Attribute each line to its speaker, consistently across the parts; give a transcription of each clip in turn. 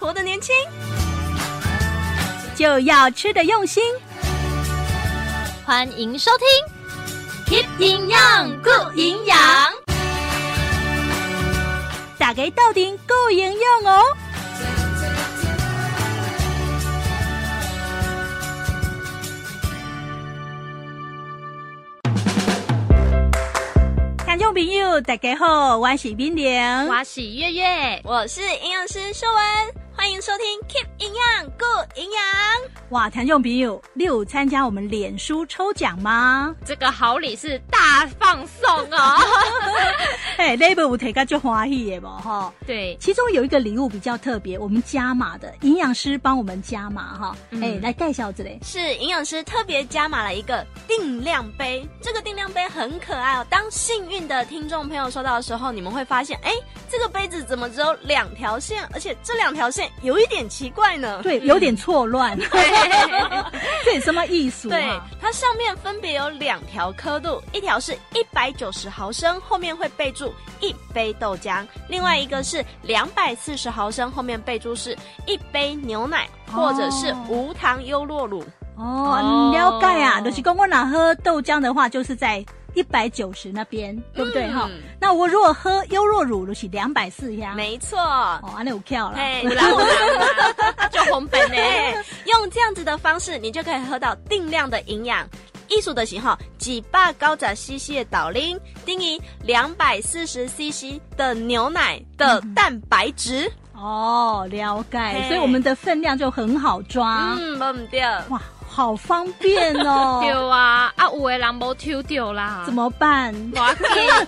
Speaker 1: 活得年轻，就要吃得用心。
Speaker 2: 欢迎收听 Keep 营养顾营养，
Speaker 1: 打给豆丁顾营用哦。听众朋友，大家好，我是冰玲。
Speaker 2: 我是月月，
Speaker 3: 我是营养师秀文，欢迎收听 Keep 营养 Good 营养。
Speaker 1: 哇，听众朋友，你有参加我们脸书抽奖吗？
Speaker 2: 这个好礼是大放送哦。
Speaker 1: 哎，那部有提个就欢喜的嘛哈。
Speaker 2: 对，
Speaker 1: 其中有一个礼物比较特别，我们加码的营养师帮我们加码哈。哎、
Speaker 2: 嗯
Speaker 1: 来介绍这里。
Speaker 3: 是营养师特别加码了一个定量杯，这个定量杯很可爱哦。当幸运的听众朋友收到的时候，你们会发现，哎，这个杯子怎么只有两条线？而且这两条线有一点奇怪呢。
Speaker 1: 对，有点错 乱， 这有什么艺术
Speaker 3: 对
Speaker 1: 啊？，
Speaker 3: 它上面分别有两条刻度，一条是一百九十毫升，后面会备注一杯豆浆；另外一个是两百四十毫升，后面备注是一杯牛奶或者是
Speaker 1: 哦
Speaker 3: 无糖优酪乳。
Speaker 1: 哦，
Speaker 2: 哦
Speaker 1: 了解啊，就是公公哪喝豆浆的话，就是在一百九十那边，对不对哈、
Speaker 3: 嗯
Speaker 1: 那我如果喝优酪乳，就是两百四呀。
Speaker 3: 没错。
Speaker 1: 哦，安尼有跳了。
Speaker 3: 哎，
Speaker 2: 有 啦有啦有啦，就红本呢。
Speaker 3: 对，用这样子的方式，你就可以喝到定量的营养。艺术的型号，几百高十 CC 的导磷，丁于两百四十 CC 的牛奶的
Speaker 2: 嗯
Speaker 3: 蛋白质。
Speaker 1: 哦，了解，
Speaker 3: 嘿
Speaker 1: 所以我们的分量就很好
Speaker 2: 啊
Speaker 1: 抓。
Speaker 3: 嗯，忘不掉。
Speaker 1: 哇，好方便 哦。
Speaker 2: 对啊，啊有的人无抽到啦，
Speaker 1: 怎么办？
Speaker 2: 哇？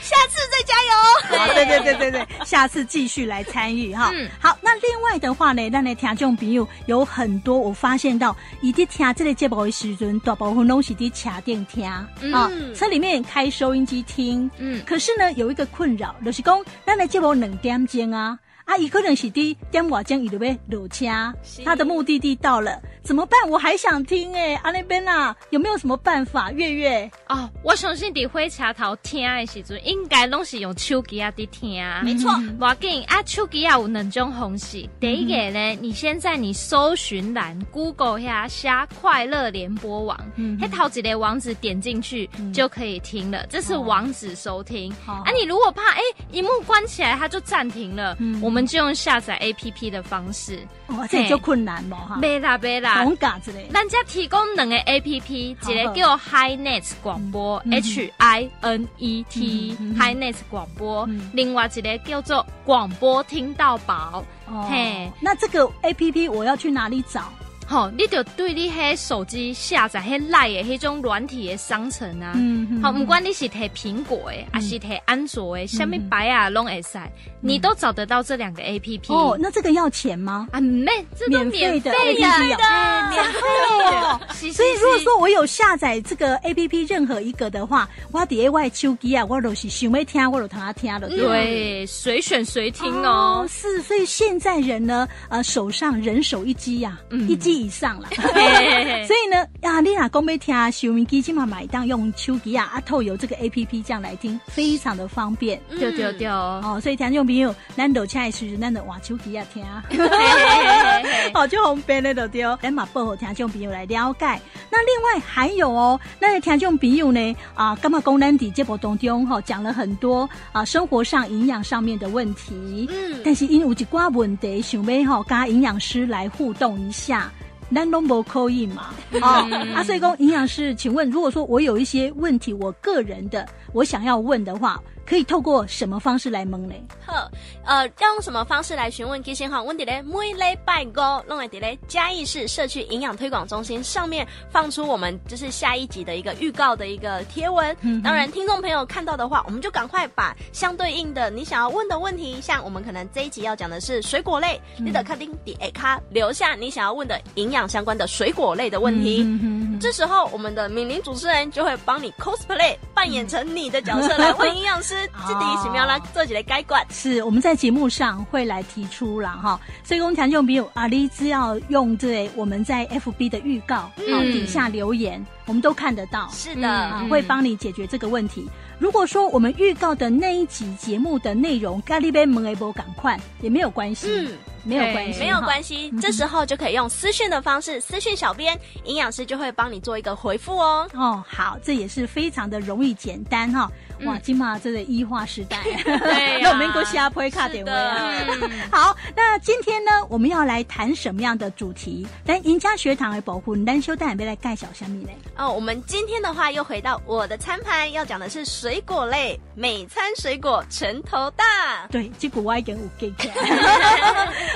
Speaker 3: 下次再加油。
Speaker 1: 啊，对对对对对，下次继续来参与哈。
Speaker 2: 嗯
Speaker 1: 好，那另外的话呢，咱的听众朋友有很多，我发现到，伊在听这个节目的时阵，大部分拢是在车顶听啊
Speaker 2: 嗯，
Speaker 1: 车里面开收音机听。
Speaker 2: 嗯，
Speaker 1: 可是呢，有一个困扰，就是讲，咱的节目两点钟啊，啊，伊可能是伫点外钟，伊就要落车
Speaker 3: 是，
Speaker 1: 他的目的地到了，怎么办？我还想听哎、啊那边啊，有没有什么办法？月月，
Speaker 2: 哦，我相信伫火车头听的时阵，应该拢是用手机啊伫听。
Speaker 3: 没错，嗯
Speaker 2: 无要紧啊，手机啊有两种方式。第一个呢，你先在你搜寻栏 Google 下下快乐联播网，
Speaker 1: 嗯
Speaker 2: 嘿、头一个网址点进去、
Speaker 3: 嗯
Speaker 2: 就可以听了，这是
Speaker 1: 哦
Speaker 2: 网址收听。
Speaker 1: 好
Speaker 2: 啊，你如果怕哎，荧、幕关起来它就暂停了，
Speaker 1: 嗯
Speaker 2: 我们就用下载 APP 的方式。
Speaker 1: 哦，这就困难了哈，
Speaker 2: 贝啦贝啦，
Speaker 1: 同嘎之类。
Speaker 2: 咱家提供两个 A P P，
Speaker 1: 好
Speaker 2: 一个叫 HiNet 广播
Speaker 1: 嗯
Speaker 2: H I N E
Speaker 1: 嗯
Speaker 2: T
Speaker 1: 嗯
Speaker 2: HiNet 广播
Speaker 1: 嗯，
Speaker 2: 另外一个叫做广播听到宝。
Speaker 1: 哦
Speaker 2: 嘿，
Speaker 1: 那这个 A P P 我要去哪里找？
Speaker 2: 吼，你就对你迄手机下载迄赖的迄种软体的商城啊。
Speaker 1: 嗯
Speaker 2: 好，不管你是提苹果的，还是提安卓的，什么牌啊拢会使，你都找得到这两个 A P P。
Speaker 1: 哦，那这个要钱吗？
Speaker 2: 啊，妹，这都
Speaker 1: 免费
Speaker 2: 免
Speaker 1: 的
Speaker 2: 费呀，
Speaker 1: APP 哦
Speaker 2: 哎免费
Speaker 1: 哦
Speaker 2: 的。是
Speaker 1: 所以
Speaker 2: 是
Speaker 1: 如果
Speaker 2: 是
Speaker 1: 说我有下载这个 A P P 任何一个的话，我底下我的手机啊，我都是想要听，我就同他听了。了
Speaker 2: 对，随选随听哦。
Speaker 1: 是，所以现在人呢，呃，手上人手一机呀、
Speaker 2: 嗯
Speaker 1: 一机以 上了。
Speaker 2: 嘿
Speaker 1: 所以呢，啊，你若讲要听收音机，起码买当用手机啊，啊，透有这个 A P P 这样来听，非常的方便。
Speaker 2: 对对对，
Speaker 1: 哦，所以听众朋友，咱落车的时阵，咱就换手机啊听。
Speaker 2: 嘿嘿嘿嘿
Speaker 1: 哦，就方便的就对。咱嘛报互听众朋友来了解。那另外还有哦，那听众朋友呢啊，感觉讲咱伫节目当中吼、讲了很多啊生活上营养上面的问题，
Speaker 3: 嗯，
Speaker 1: 但是因有一寡问题想要吼、跟营养师来互动一下。咱拢无扣印嘛，哦、
Speaker 2: 嗯
Speaker 1: 啊，所以讲营养师，请问，如果说我有一些问题，我个人的我想要问的话，可以透过什么方式来问呢？
Speaker 3: 好，呃，要用什么方式来询问？其实哈，温迪嘞，每礼拜五弄来迪嘞嘉义市社区营养推广中心上面放出我们就是下一集的一个预告的一个贴文。
Speaker 1: 嗯
Speaker 3: 当然，听众朋友看到的话，我们就赶快把相对应的你想要问的问题，像我们可能这一集要讲的是水果类，你的卡丁底诶卡留下你想要问的营养相关的水果类的问题。
Speaker 1: 嗯哼
Speaker 3: 这时候，我们的敏玲主持人就会帮你 cosplay 扮演成你的角色来问营养师，这第一是要来做起来该管。
Speaker 1: 是我们在节目上会来提出啦哈，所以公强用比如啊，你只要用对我们在 FB 的预告，
Speaker 3: 嗯
Speaker 1: 好底下留言，我们都看得到。
Speaker 3: 是
Speaker 2: 嗯
Speaker 3: 的，
Speaker 1: 啊
Speaker 2: 嗯，
Speaker 1: 会帮你解决这个问题。如果说我们预告的那一集节目的内容，咖喱杯门 A 波赶快也没有关系，
Speaker 3: 嗯
Speaker 1: 没有关系，
Speaker 3: 没有关
Speaker 1: 系。
Speaker 3: 系
Speaker 1: 嗯，哼
Speaker 3: 这时候就可以用私讯的方式私讯小编，营养师就会帮你做一个回复哦。
Speaker 1: 哦，好，这也是非常的容易简单哈、哇，
Speaker 2: 嗯
Speaker 1: 今嘛这个医化时代，
Speaker 2: 对啊
Speaker 1: 那我们够下坡卡
Speaker 3: 是
Speaker 1: 点位啊。
Speaker 3: 的，
Speaker 2: 嗯
Speaker 1: 好，那今天呢，我们要来谈什么样的主题？咱赢家学堂的保护，咱修蛋要来介绍什么呢？
Speaker 3: 哦，我们今天的话又回到我的餐盘，要讲的是水果类，每餐水果拳头大。
Speaker 1: 对，这股我已经有给起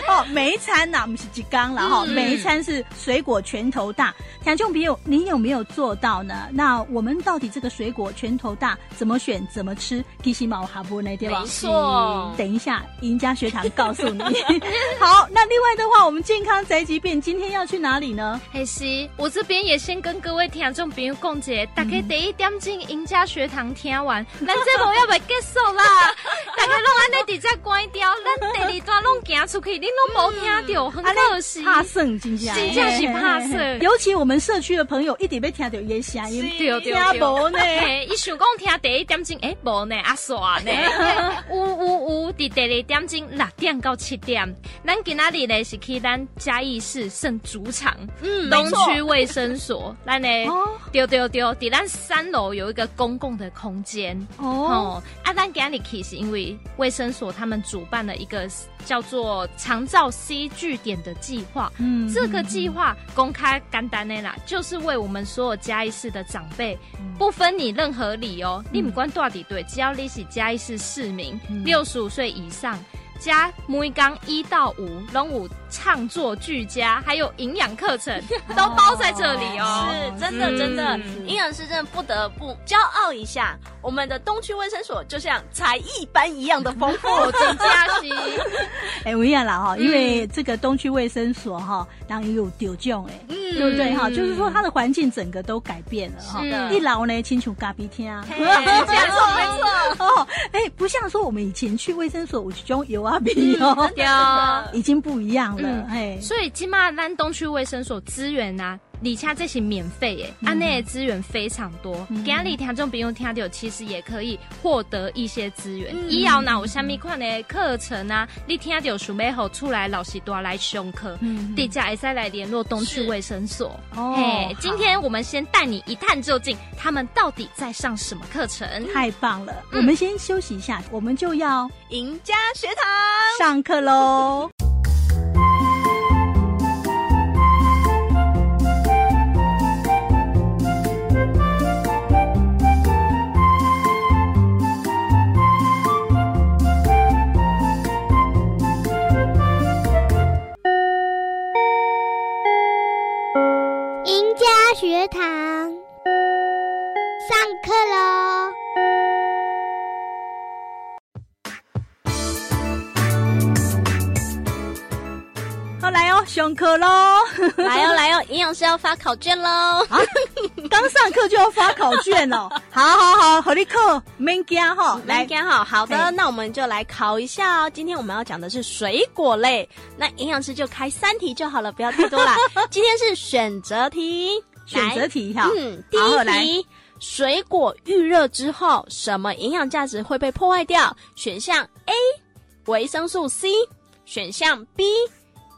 Speaker 1: 哦，每一餐呐、不是几缸了哈，
Speaker 3: 嗯
Speaker 1: 每一餐是水果拳头大。听众朋友，你有没有做到呢？那我们到底这个水果拳头大怎么选、怎么吃？其实嘛，我还不呢，对吧
Speaker 3: 没？错
Speaker 1: 等一下，赢家学堂告 诉你。好，那另外的话，我们健康宅急便今天要去哪里呢？
Speaker 2: 嘿是，我这边也先跟各位听众朋友讲解，大概第一点进赢家学堂听完，咱这目要袂结束啦，大家拢安尼直接关掉，咱第二段拢行出去，恁拢无听到，很可惜。
Speaker 1: 怕胜，真正
Speaker 2: 真正是怕胜
Speaker 1: 嘿嘿嘿哎尤其我们社区的朋友一直被听到一些声音，
Speaker 2: 对对对，
Speaker 1: 听无 呢。
Speaker 2: 嘿，伊想讲听第一点钟，诶，无呢，啊煞呢， 有有有，伫第二点钟六点到七点，咱今仔日呢是去咱嘉义市圣主场
Speaker 3: 嗯，
Speaker 2: 东
Speaker 3: 没错
Speaker 2: 区卫生所，咱呢
Speaker 1: 哦
Speaker 2: 丢丢丢，伫咱三楼有一个公共的空间。
Speaker 1: 哦，
Speaker 2: 哦，啊，咱今日去是因为卫生所他们主办了一个叫做“长照 C 据点”的计划，
Speaker 1: 嗯
Speaker 2: 这个计划公开干单的啦，就是为我们所有嘉义市的长辈，
Speaker 1: 嗯
Speaker 2: 不分你任何理由，你不管到底对，只要你是嘉义市市民，
Speaker 1: 嗯
Speaker 2: 六十五岁以上。加每刚一到五，龙舞唱作俱佳，还有营养课 程都包在这里哦。
Speaker 3: 是真的，真的
Speaker 2: 嗯，
Speaker 3: 营养师真的不得不骄傲一下，我们的东区卫生所就像才艺班一样的
Speaker 1: 哦
Speaker 3: 丰富。
Speaker 2: 我哦真假期，
Speaker 1: 哎、有影啦
Speaker 2: 嗯
Speaker 1: 哈，因为这个东区卫生所哈，当然有丢奖哎，
Speaker 3: 嗯
Speaker 1: 对不对哈？
Speaker 2: 嗯
Speaker 1: 就是 说它的环境整个都改变了哈
Speaker 2: 是的，
Speaker 1: 一老呢，清楚咖啡厅啊。
Speaker 3: 嘿没错没错，
Speaker 1: 哦，哎、不像说我们以前去卫生所，我去用油啊比哦，
Speaker 2: 对
Speaker 3: 真的
Speaker 1: 已经不一样了
Speaker 2: 嗯，
Speaker 1: 哎、
Speaker 2: 所以起码咱东区卫生所资源啊，你恰这些免费耶，
Speaker 1: 嗯
Speaker 2: 安内的资源非常多
Speaker 1: 嗯，
Speaker 2: 给阿里听众朋友听到，其实也可以获得一些资源
Speaker 3: 嗯。
Speaker 2: 以后哪有虾米款的课程啊，你听到想要好出来老师多来上课
Speaker 1: 嗯，
Speaker 2: 大家也再来联络东区
Speaker 3: 是
Speaker 2: 卫生所。
Speaker 1: 哦
Speaker 2: 嘿
Speaker 1: 好，
Speaker 2: 今天我们先带你一探究竟，他们到底在上什么课程？
Speaker 1: 太棒了、
Speaker 2: 嗯
Speaker 1: 我们先休息一下，我们就要
Speaker 3: 赢家学堂，
Speaker 1: 上课喽。
Speaker 4: 赢家学堂，上课喽！
Speaker 1: 好来哦，上课喽。
Speaker 3: 来哦来哦，营养师要发考卷喽。
Speaker 1: 刚上课就要发考卷哦，好好好，好你课免惊哈，
Speaker 3: 来，
Speaker 1: 来，
Speaker 3: 刚好好的，
Speaker 1: 嘿
Speaker 3: 那我们就来考一下哦。今天我们要讲的是水果类，那营养师就开三题就好了，不要太多 啦。今天是选择题，
Speaker 1: 选择
Speaker 3: 来
Speaker 1: 题哈，
Speaker 3: 嗯，第
Speaker 1: 好
Speaker 3: 一
Speaker 1: 来
Speaker 3: 题，水果预热之后，什么营养价值会被破坏掉？选项 A，维生素 C；选项 B，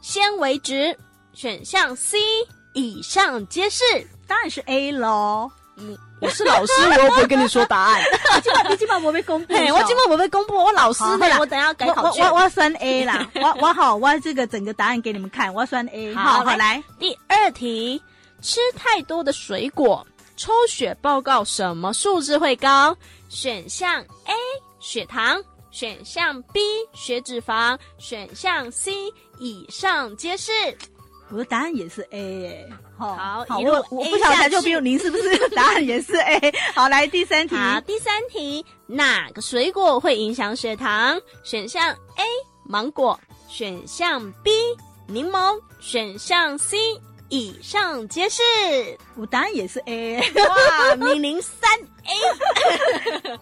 Speaker 3: 纤维质；选项 C，以上皆是。
Speaker 1: 当然是 A 喽。
Speaker 3: 我是老师，我又不会跟你说答案。
Speaker 1: 我今晚你今晚我被公布，
Speaker 3: 嘿，我今晚我被公布，我老师
Speaker 1: 好好
Speaker 3: 的
Speaker 1: 啦，
Speaker 3: 我等一下改
Speaker 1: 我
Speaker 3: 考
Speaker 1: 我
Speaker 3: 卷
Speaker 1: 我。我选 A 啦，我我好，我这个整个答案给你们看，我选 A，
Speaker 3: 好
Speaker 1: 好好
Speaker 3: 来
Speaker 1: 来，
Speaker 3: 第二题，吃太多的水果，抽血报告什么数字会高？选项 A 血糖，选项 B 血脂肪，选项 C 以上皆是。
Speaker 1: 我的答案也是 A，耶好
Speaker 3: 好
Speaker 1: 好，
Speaker 3: 一路
Speaker 1: 我我
Speaker 3: A
Speaker 1: 不晓得
Speaker 3: 下
Speaker 1: 台就比如您是不是答案也是 A，好来第三题，
Speaker 3: 好，第三题，哪个水果会影响血糖？选项 A 芒果，选项 B 柠檬，选项 C 以上皆是。
Speaker 1: 我答案也是 A，
Speaker 3: 哇，米零三 A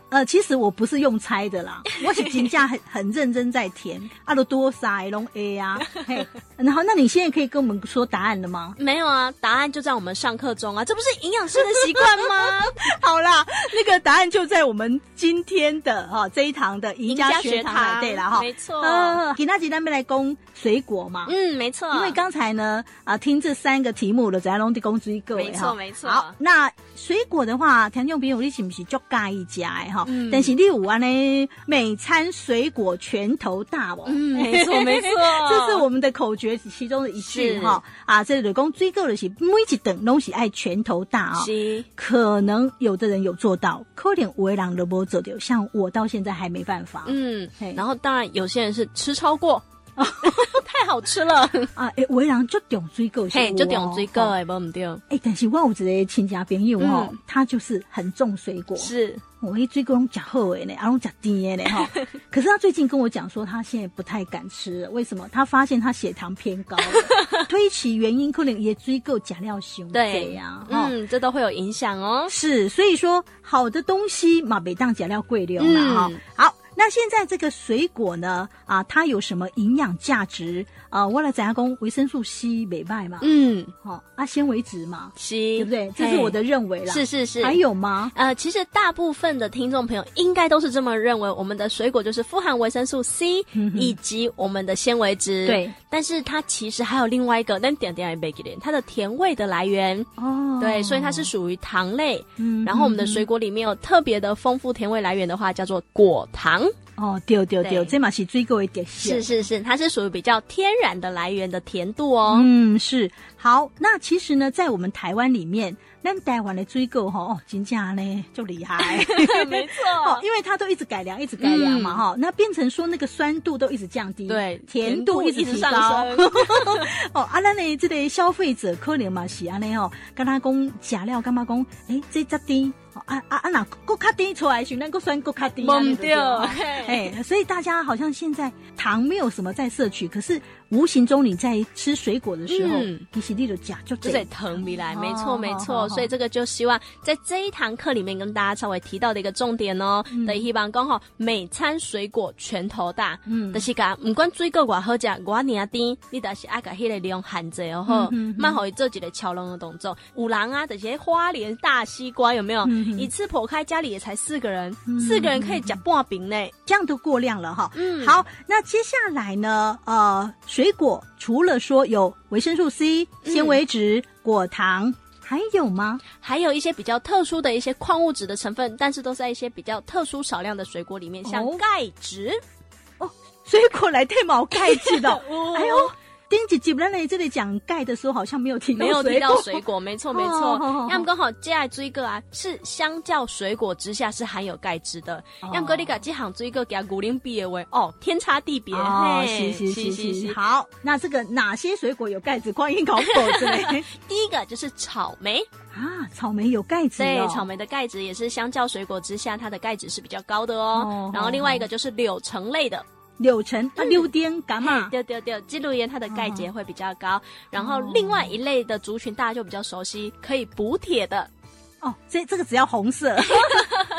Speaker 1: 呃，其实我不是用猜的啦，我是评价很 很认真在填，啊，都多塞龙 A 啊， 嘿，然后那你现在可以跟我们说答案了吗？
Speaker 3: 没有啊，答案就在我们上课中啊，这不是营养师的习惯吗？
Speaker 1: 好啦，那个答案就在我们今天的哈、这一堂的宜家学堂啊，对了哈，
Speaker 3: 没错，
Speaker 1: 呃，给那几单杯来供水果嘛，
Speaker 3: 嗯，没错，
Speaker 1: 因为刚才呢，啊，听这三个题目了，咱拢得公诸各位
Speaker 3: 没错
Speaker 1: 哈
Speaker 3: 没错
Speaker 1: 好，那水果的话，听众朋友你是不是就介意食的哈？
Speaker 3: 嗯
Speaker 1: 但是你有安呢，每餐水果拳头大哦。，
Speaker 3: 嗯，没错没错
Speaker 1: 这是我们的口诀其中的一句
Speaker 3: 是
Speaker 1: 哈啊，这里公追购的是每一等东西爱拳头大啊、
Speaker 3: 是
Speaker 1: 可能有的人有做到，可能有的人都没做到，像我到现在还没办法。
Speaker 3: 嗯
Speaker 1: 嘿，
Speaker 3: 然后当然有些人是吃 超过，太好吃了，
Speaker 1: 啊，诶，有的人就点追购，
Speaker 3: 嘿，就点追个
Speaker 1: 哎、
Speaker 3: 哎，不唔对，
Speaker 1: 诶但是我有一个亲戚朋友哦，
Speaker 3: 嗯
Speaker 1: 他就是很重水果，
Speaker 3: 是
Speaker 1: 哦我迄水果拢食好诶呢，啊拢食甜诶呢 哈。可是他最近跟我讲说，他现在不太敢吃了，为什么？他发现他血糖偏高 了，推起原因可能也追购假料熊
Speaker 3: 对
Speaker 1: 呀，哈。
Speaker 3: 嗯，这都会有影响哦。
Speaker 1: 是，所以说好的东西嘛，每当假料贵流啦哈。
Speaker 3: 嗯
Speaker 1: 好，那现在这个水果呢，啊，它有什么营养价值啊？我来讲讲维生素 C 美白嘛，
Speaker 3: 嗯，
Speaker 1: 好、啊，纤维质嘛，
Speaker 3: 是，
Speaker 1: 对不对？这是我的认为
Speaker 3: 嘿
Speaker 1: 啦。
Speaker 3: 是是是，
Speaker 1: 还。有吗？
Speaker 3: 呃，其实大部分的听众朋友应该都是这么认为，我们的水果就是富含维生素 C
Speaker 1: 嗯哼
Speaker 3: 以及我们的纤维质。，
Speaker 1: 对，
Speaker 3: 但是它其实还有另外一个，但点点也没给点，它的甜味的来源。
Speaker 1: 哦，
Speaker 3: 对，所以它是，属于糖类。
Speaker 1: 嗯
Speaker 3: 然后我们的水果里面有特别的丰富甜味来源的话，叫做果糖。
Speaker 1: 哦，对对对，
Speaker 3: 对
Speaker 1: 这嘛是水果的特色。
Speaker 3: 是是是，它是属于比较天然的来源的甜度哦。
Speaker 1: 嗯，是好。那其实呢，在我们台湾里面，那台湾的追购哈，哦，真假呢就厉 害。
Speaker 3: 没错，
Speaker 1: 哦，因为它都一直改良，一直改良嘛，
Speaker 3: 嗯
Speaker 1: 哈、那变成说那个酸度都一直降低，
Speaker 3: 对，
Speaker 1: 嗯甜度一直
Speaker 3: 一直
Speaker 1: 提
Speaker 3: 上
Speaker 1: 高。
Speaker 3: 升。
Speaker 1: 哦，啊，咱呢，这个消费者可能嘛是安尼哦，跟他讲假料，干嘛讲，诶、这只低，哦啊啊啊，那够卡低出来的时候，咱够酸够卡低，
Speaker 3: 懵
Speaker 1: 安尼就对了
Speaker 3: 掉
Speaker 1: 哦哎、 所以大家好像现在糖没有什么在摄取，可是无形中你在吃水果的时候，
Speaker 3: 嗯
Speaker 1: 其实你的钾就
Speaker 3: 就
Speaker 1: 这
Speaker 3: 在疼米来，
Speaker 1: 哦
Speaker 3: 没错没
Speaker 1: 好好
Speaker 3: 错，所
Speaker 1: 好
Speaker 3: 以这个就希望在这一堂课里面跟大家稍微提到的一个重点哦
Speaker 1: 嗯，
Speaker 3: 的希望刚好每餐水果拳头大，
Speaker 1: 嗯
Speaker 3: 就是讲唔管水果偌好食，偌领甜，你但是爱甲迄个量限制哦吼
Speaker 1: 嗯嗯嗯，
Speaker 3: 慢好伊做一个敲龙的动作。有人啊，就是那花莲大西瓜有没有
Speaker 1: 嗯嗯？
Speaker 3: 一次剖开家里也才四个人
Speaker 1: 嗯，
Speaker 3: 四个人可以吃半饼呢。
Speaker 1: 这样都过量了哈。
Speaker 3: 嗯，
Speaker 1: 好，那接下来呢？呃，水果除了说有维生素 C、
Speaker 3: 嗯
Speaker 1: 纤维质、果糖，还有吗？
Speaker 3: 还有一些比较特殊的一些矿物质的成分，但是都在一些比较特殊少量的水果里面，像
Speaker 1: 哦
Speaker 3: 钙质。。
Speaker 1: 水果来太毛钙质的
Speaker 3: 哦
Speaker 1: 哎呦，丁姐姐不然来这里讲钙的时候，好像没有提到
Speaker 3: 没有提
Speaker 1: 水
Speaker 3: 到
Speaker 1: 果。
Speaker 3: 水果，没错
Speaker 1: 哦
Speaker 3: 没
Speaker 1: 哦 哦
Speaker 3: 错。要么刚好接下来追个啊，是相较水果之下是含有钙质的。要么你
Speaker 1: 钙。
Speaker 3: 把这行追个给它古灵比的为哦，天差地别。
Speaker 1: 哦，
Speaker 3: 嘿
Speaker 1: 是是是
Speaker 3: 是
Speaker 1: 是，。好，那这个哪些水果有钙质？矿因考否之类
Speaker 3: 第一个就是草莓，
Speaker 1: 啊，草莓有钙质
Speaker 3: 对
Speaker 1: 哦，，
Speaker 3: 草莓的钙质也是相较水果之下，它的钙质是比较高的
Speaker 1: 哦
Speaker 3: 哦。然后
Speaker 1: 哦
Speaker 3: 另外一个就是柳橙类的，
Speaker 1: 柳橙啊，柳丁干嘛？
Speaker 3: 嗯对对对，记录盐它的钙质也会比较高。然后另外一类的族群大家就比较熟悉，可以补铁的。
Speaker 1: 哦，这这个只要红色。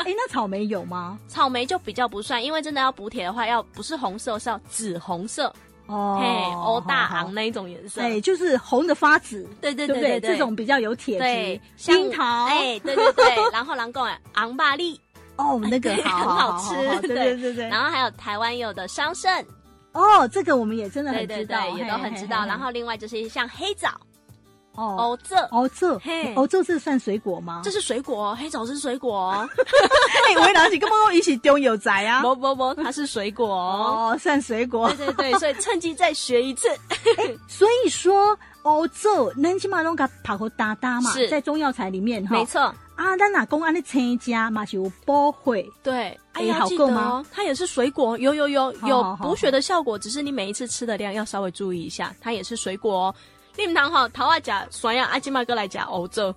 Speaker 1: 哎，那草莓有吗？
Speaker 3: 草莓就比较不算，因为真的要补铁的话，要不是红色，是要紫红色，
Speaker 1: 哦，
Speaker 3: 嘿，欧大
Speaker 1: 好好
Speaker 3: 昂那一种颜色。
Speaker 1: 哎，就是红的发紫，
Speaker 3: 对对
Speaker 1: 对不
Speaker 3: 对
Speaker 1: 这种比较有铁
Speaker 3: 对
Speaker 1: 质。，
Speaker 3: 像
Speaker 1: 樱桃，
Speaker 3: 哎，对对对，然后狼贡哎，昂巴利，
Speaker 1: 哦，那 个好
Speaker 3: 好吃
Speaker 1: 对
Speaker 3: 对
Speaker 1: 对对对。
Speaker 3: 然后还有台湾有的桑葚，
Speaker 1: 哦，这个我们也真的
Speaker 3: 对
Speaker 1: 很
Speaker 3: 对
Speaker 1: 知
Speaker 3: 对
Speaker 1: 道，，
Speaker 3: 也
Speaker 1: 嘿
Speaker 3: 都很知道。然后另外就是像黑枣、
Speaker 1: 哦
Speaker 3: 欧蔗，
Speaker 1: 哦这
Speaker 3: 嘿
Speaker 1: 哦这是算水果吗
Speaker 3: 这？是水果哦，黑枣是水果哦，
Speaker 1: 哎，我老是跟我一起丢有宅 啊。
Speaker 3: 不不不，它是水果哦。
Speaker 1: 哦，算水果
Speaker 3: 对。对对，所以趁机再学 一次。
Speaker 1: 所以说，哦这咱起码拢个跑过哒哒嘛
Speaker 3: 是，
Speaker 1: 在中药材里面哈
Speaker 3: 没。错，
Speaker 1: 啊，咱哪公安的参加嘛，是有保会
Speaker 3: 对，
Speaker 1: 哎
Speaker 3: 哎呀，
Speaker 1: 好
Speaker 3: 记
Speaker 1: 够
Speaker 3: 得
Speaker 1: 吗
Speaker 3: 哦？它也是水果，有有有
Speaker 1: 好好
Speaker 3: 有
Speaker 1: 好
Speaker 3: 补血的效果，只是你每一次吃的量要稍微注意啊一下。它也是水果哦。你们堂哈，桃花甲、酸呀、阿基玛哥来甲欧洲，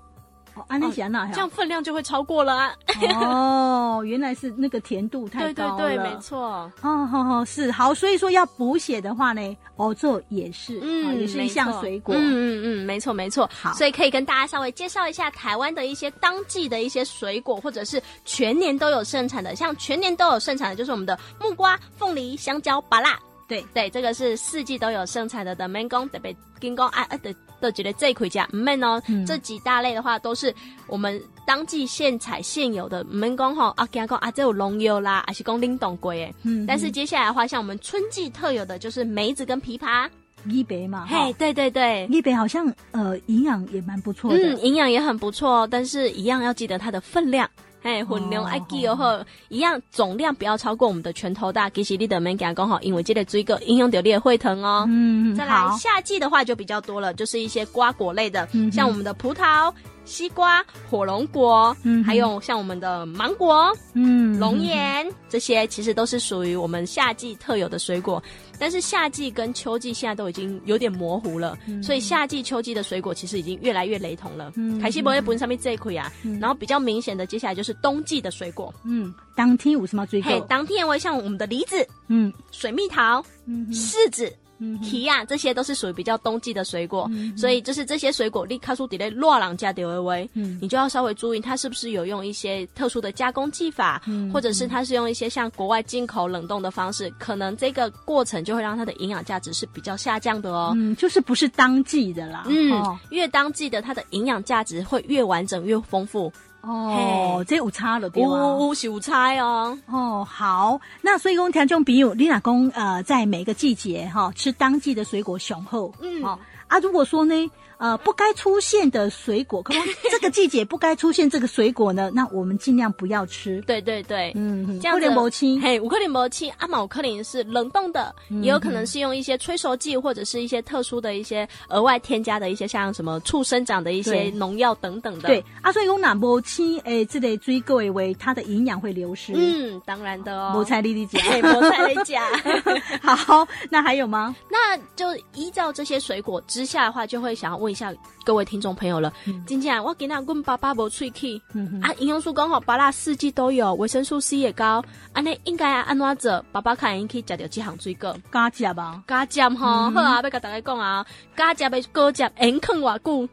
Speaker 1: 哦，安利喜安娜
Speaker 3: 这样分量就会超过了啊。
Speaker 1: 哦，原来是那个甜度太
Speaker 3: 对对
Speaker 1: 高了，
Speaker 3: 对，没。错。
Speaker 1: 哦，好好是好，所以说要补血的话呢，哦，这也是，嗯，也是一
Speaker 3: 没
Speaker 1: 项
Speaker 3: 错
Speaker 1: 水果，
Speaker 3: 嗯嗯嗯，没错没错。
Speaker 1: 好
Speaker 3: 所以可以跟大家稍微介绍一下台湾的一些当季的一些水果，或者是全年都有盛产的。像全年都有盛产的，就是我们的木瓜、凤梨、香蕉、芭辣。
Speaker 1: 对
Speaker 3: 对，这个是四季都有盛产的的 mango、的北金宫啊啊的的觉得这一款加 man 哦，
Speaker 1: 嗯
Speaker 3: 这几大类的话都是我们当季现采现有的 mango 哈啊，跟他讲啊这有龙油啦，还是讲林董龟诶。
Speaker 1: 嗯
Speaker 3: 但是接下来的话，像我们春季特有的就是梅子跟枇杷。
Speaker 1: 一杯嘛，
Speaker 3: 嘿，
Speaker 1: 哈，
Speaker 3: 对对对，
Speaker 1: 一杯好像呃营养也蛮不错
Speaker 3: 嗯，
Speaker 1: 的，
Speaker 3: 营养也很不错哦，但是一样要记得它的分量。哎，混牛
Speaker 1: 哦
Speaker 3: 爱记哦后，一样总量不要超过我们的拳头大。其实你的免讲讲好，因为这个水果应用到你也会疼哦。
Speaker 1: 嗯，
Speaker 3: 再来
Speaker 1: 好，
Speaker 3: 夏季的话就比较多了，就是一些瓜果类的，
Speaker 1: 嗯哼
Speaker 3: 像我们的葡萄、西瓜、火龙果，
Speaker 1: 嗯哼
Speaker 3: 还有像我们的芒果、
Speaker 1: 嗯
Speaker 3: 龙，眼、这些，其实都是属于我们夏季特有的水果。但是夏季跟秋季现在都已经有点模糊了，
Speaker 1: 嗯
Speaker 3: 所以夏季、秋季的水果其实已经越来越雷同了。
Speaker 1: 嗯
Speaker 3: 凯西伯也不上面这一块啊，
Speaker 1: 嗯
Speaker 3: 然后比较明显的，接下来就是冬季的水果。
Speaker 1: 嗯，当天有什么水
Speaker 3: 嘿
Speaker 1: 果，？
Speaker 3: 当天我哦像我们的梨子、
Speaker 1: 嗯
Speaker 3: 水蜜桃、
Speaker 1: 嗯哼
Speaker 3: 柿子、
Speaker 1: 嗯哼
Speaker 3: 提亚，这些都是属于比较冬季的水果。
Speaker 1: 嗯
Speaker 3: 所以就是这些水果，你看出底类落朗加迪维维，
Speaker 1: 嗯
Speaker 3: 你就要稍微注意它是不是有用一些特殊的加工技法，
Speaker 1: 嗯
Speaker 3: 或者是它是用一些像国外进口冷冻的方式，可能这个过程就会让它的营养价值是比较下降的哦。
Speaker 1: 嗯，就是不是当季的啦，
Speaker 3: 嗯，
Speaker 1: 哦
Speaker 3: 越当季的它的营养价值会越完整越丰富，
Speaker 1: 哦
Speaker 3: 嘿，
Speaker 1: 这有差了，对吗？
Speaker 3: 呜呜是有差哦。
Speaker 1: 哦，好，那所以讲，听众朋友，你老公呃，在每个季节哈、吃当季的水果雄厚，
Speaker 3: 嗯
Speaker 1: 哦啊，如果说呢，呃，不该出现的水果， 可能这个季节不该出现这个水果呢，那我们尽量不要吃。
Speaker 3: 对对对，
Speaker 1: 嗯，
Speaker 3: 这样子
Speaker 1: 有点不清。
Speaker 3: 嘿，五克林摩青，阿玛五啊克林是冷冻的，
Speaker 1: 嗯
Speaker 3: 也有可能是用一些催熟剂或者是一些特殊的一些额外添加的一些像什么促生长的一
Speaker 1: 对
Speaker 3: 些农药等等的。
Speaker 1: 对，啊，所以讲那无青诶，这类水果的话，它的营养会流失。，
Speaker 3: 嗯，当然的哦。
Speaker 1: 无菜丽丽姐。
Speaker 3: 嘿，摩菜类甲。
Speaker 1: 好，那还有吗？
Speaker 3: 那就依照这些水果之下的话，就会想要问一下各位听众朋友了。今天啊我给那问爸爸无喙齿
Speaker 1: 嗯哼
Speaker 3: 啊，营养素刚好芭拉四季都有，维生素 C 也高，安尼应该啊安怎做？爸爸看因去食到这项水果。
Speaker 1: 嘎甲吧。
Speaker 3: 加尖吼，
Speaker 1: 嗯
Speaker 3: 好啊，要甲大家讲啊，加尖要高尖，硬啃偌久，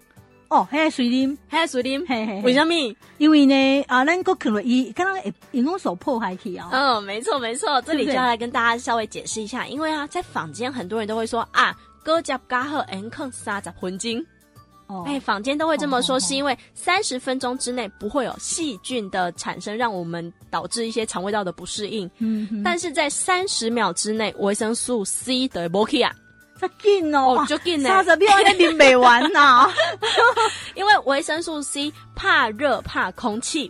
Speaker 1: 哦，还有水啉，
Speaker 3: 还是水啉？
Speaker 1: 嘿嘿嘿
Speaker 3: 为什么？
Speaker 1: 因为呢，啊，咱国可能伊，刚刚因拢手破坏去啊。
Speaker 3: 嗯，没错没错，这
Speaker 1: 对
Speaker 3: 里
Speaker 1: 不
Speaker 3: 就
Speaker 1: 对
Speaker 3: 要来跟大家稍微解释一下，因为啊，在坊间很多人都会说啊。高加加好，硬啃三十分钟。
Speaker 1: 哦
Speaker 3: 哎、坊间都会这么
Speaker 1: 哦哦
Speaker 3: 说，
Speaker 1: 哦
Speaker 3: 是因为三十分钟之内不会有细菌的产生，让我们导致一些肠胃道的不适应。
Speaker 1: 嗯哼，
Speaker 3: 但是在三十秒之内，维生素 C 的 b o k i 啊，
Speaker 1: 这紧哦，
Speaker 3: 哦足紧呢
Speaker 1: 三十秒安尼啉袂完呐、
Speaker 3: 因为维生素 C 怕热怕空气，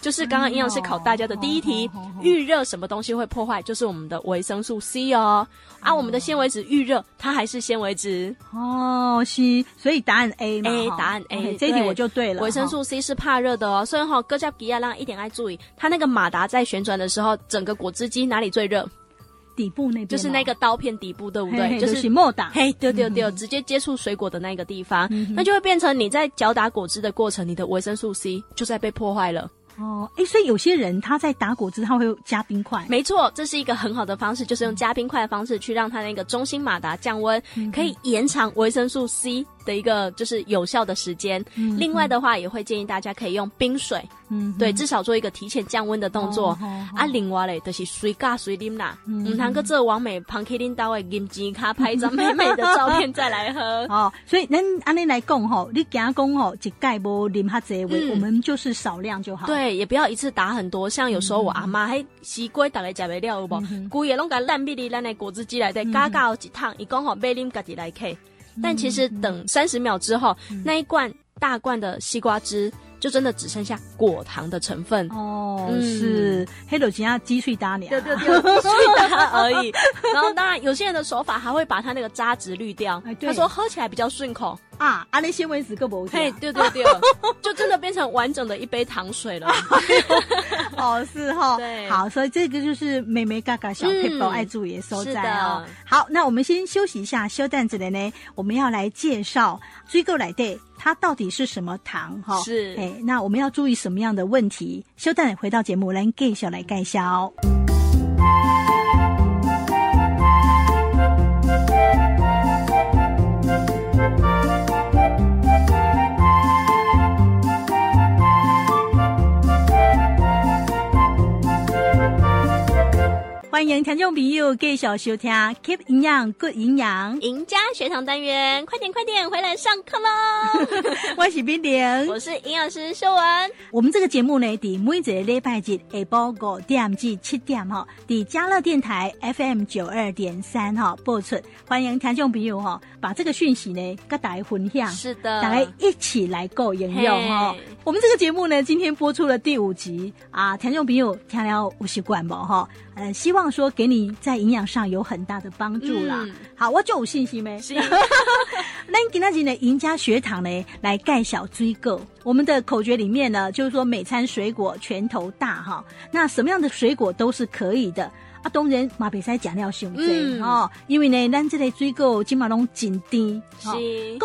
Speaker 3: 就是刚刚营养师考大家的第一题
Speaker 1: 嗯哦哦哦哦，
Speaker 3: 预热什么东西会破坏？就是我们的维生素 C 哦。啊，我们的纤维质预热，它还是纤维质。
Speaker 1: 哦，是，所以答案 A 嘛
Speaker 3: A，
Speaker 1: 哈
Speaker 3: 答案 A，
Speaker 1: OK，这一题
Speaker 3: 对
Speaker 1: 我就对了。
Speaker 3: 维生
Speaker 1: 哈，
Speaker 3: 素 C 是怕热的哦，所以哈、哥加比亚让一点爱注意，它那个马达在旋转的时候，整个果汁机哪里最热？
Speaker 1: 底部那边
Speaker 3: 就是那个刀片底部，对不
Speaker 1: 嘛，
Speaker 3: 对？
Speaker 1: 嘿嘿
Speaker 3: 就
Speaker 1: 就是是莫打。嗯
Speaker 3: 嘿，对对对，直接接触水果的那个地方，
Speaker 1: 嗯哼
Speaker 3: 那就会变成你在搅打果汁的过程，你的维生素 C 就在被破坏了。
Speaker 1: 哦，哎，所以有些人他在打果汁，他会加冰块。
Speaker 3: 没错，这是一个很好的方式，就是用加冰块的方式去让它那个中心马达降温，
Speaker 1: 嗯
Speaker 3: 可以延长维生素 C 的一个就是有效的时间。
Speaker 1: 嗯
Speaker 3: 另外的话，也会建议大家可以用冰水，
Speaker 1: 嗯哼
Speaker 3: 对，至少做一个提前降温的动作。
Speaker 1: 哦哦哦
Speaker 3: 啊，另外嘞，就是随加随啉啦，
Speaker 1: 嗯。
Speaker 3: 唔通个做完美旁去拎到的金鸡卡拍一张美美的照片再来喝
Speaker 1: 哦，所以咱按你来讲吼，你讲讲吼，一盖无啉哈济位，
Speaker 3: 嗯
Speaker 1: 我们就是少量就好。，
Speaker 3: 对，也不要一次打很多，像有时候我阿妈还西瓜打来食袂了有无
Speaker 1: 嗯哼？
Speaker 3: 规个拢甲烂米粒咱的果汁机来底
Speaker 1: 嗯
Speaker 3: 加加一趟，伊讲吼买啉家己来客。但其
Speaker 1: 嗯
Speaker 3: 实等三十秒之后，那一罐大罐的西瓜汁就真的只剩下果糖的成分。
Speaker 1: 哦，
Speaker 3: 嗯
Speaker 1: 是黑豆加鸡碎搭俩。
Speaker 3: 对对对，滴水它而已。然后当然，有些人的手法还会把它那个渣质滤掉
Speaker 1: 哎。对
Speaker 3: 他说喝起来比较顺口。
Speaker 1: 啊，啊，那纤维质够不
Speaker 3: 嘿，
Speaker 1: OK？
Speaker 3: 对对对，就真的变成完整的一杯糖水 了。
Speaker 1: 哦，是哈，
Speaker 3: 对
Speaker 1: 好，所以这个就是妹妹嘎嘎小
Speaker 3: 嗯
Speaker 1: p e 爱注意的所在哦
Speaker 3: 是的。
Speaker 1: 好，那我们先休息一下，休蛋子的呢，我们要来介绍追购来的它到底是什么糖哈？
Speaker 3: 是
Speaker 1: 哎，那我们要注意什么样的问题？休蛋回到节目，来介绍来介绍。欢迎听众朋友继续收听《Keep 营养 Good 营 养》，
Speaker 3: 赢家学堂单元，快点快点回来上课喽！
Speaker 1: 我是冰玲，
Speaker 3: 我是营养师秀文，
Speaker 1: 我们这个节目呢，伫每一个礼拜日下晡五点至七点吼，伫加乐电台 FM 九二点三哈播出。欢迎听众朋友哈，把这个讯息呢，跟大家分享，
Speaker 3: 是的，
Speaker 1: 大家一起来购营用哈
Speaker 3: 嘿。
Speaker 1: 我们这个节目呢，今天播出了第五集啊，听众朋友听了有习惯不哈？呃，希望说给你在营养上有很大的帮助啦。
Speaker 3: 嗯
Speaker 1: 好，我就有信心没？
Speaker 3: 是
Speaker 1: 那今天呢，赢家学堂呢来盖小追购。我们的口诀里面呢，就是说每餐水果拳头大哈。那什么样的水果都是可以的啊。当然马比赛讲料熊贼
Speaker 3: 嗯
Speaker 1: 哦，因为呢，咱这类水果今嘛拢真低。
Speaker 3: 是
Speaker 1: 哦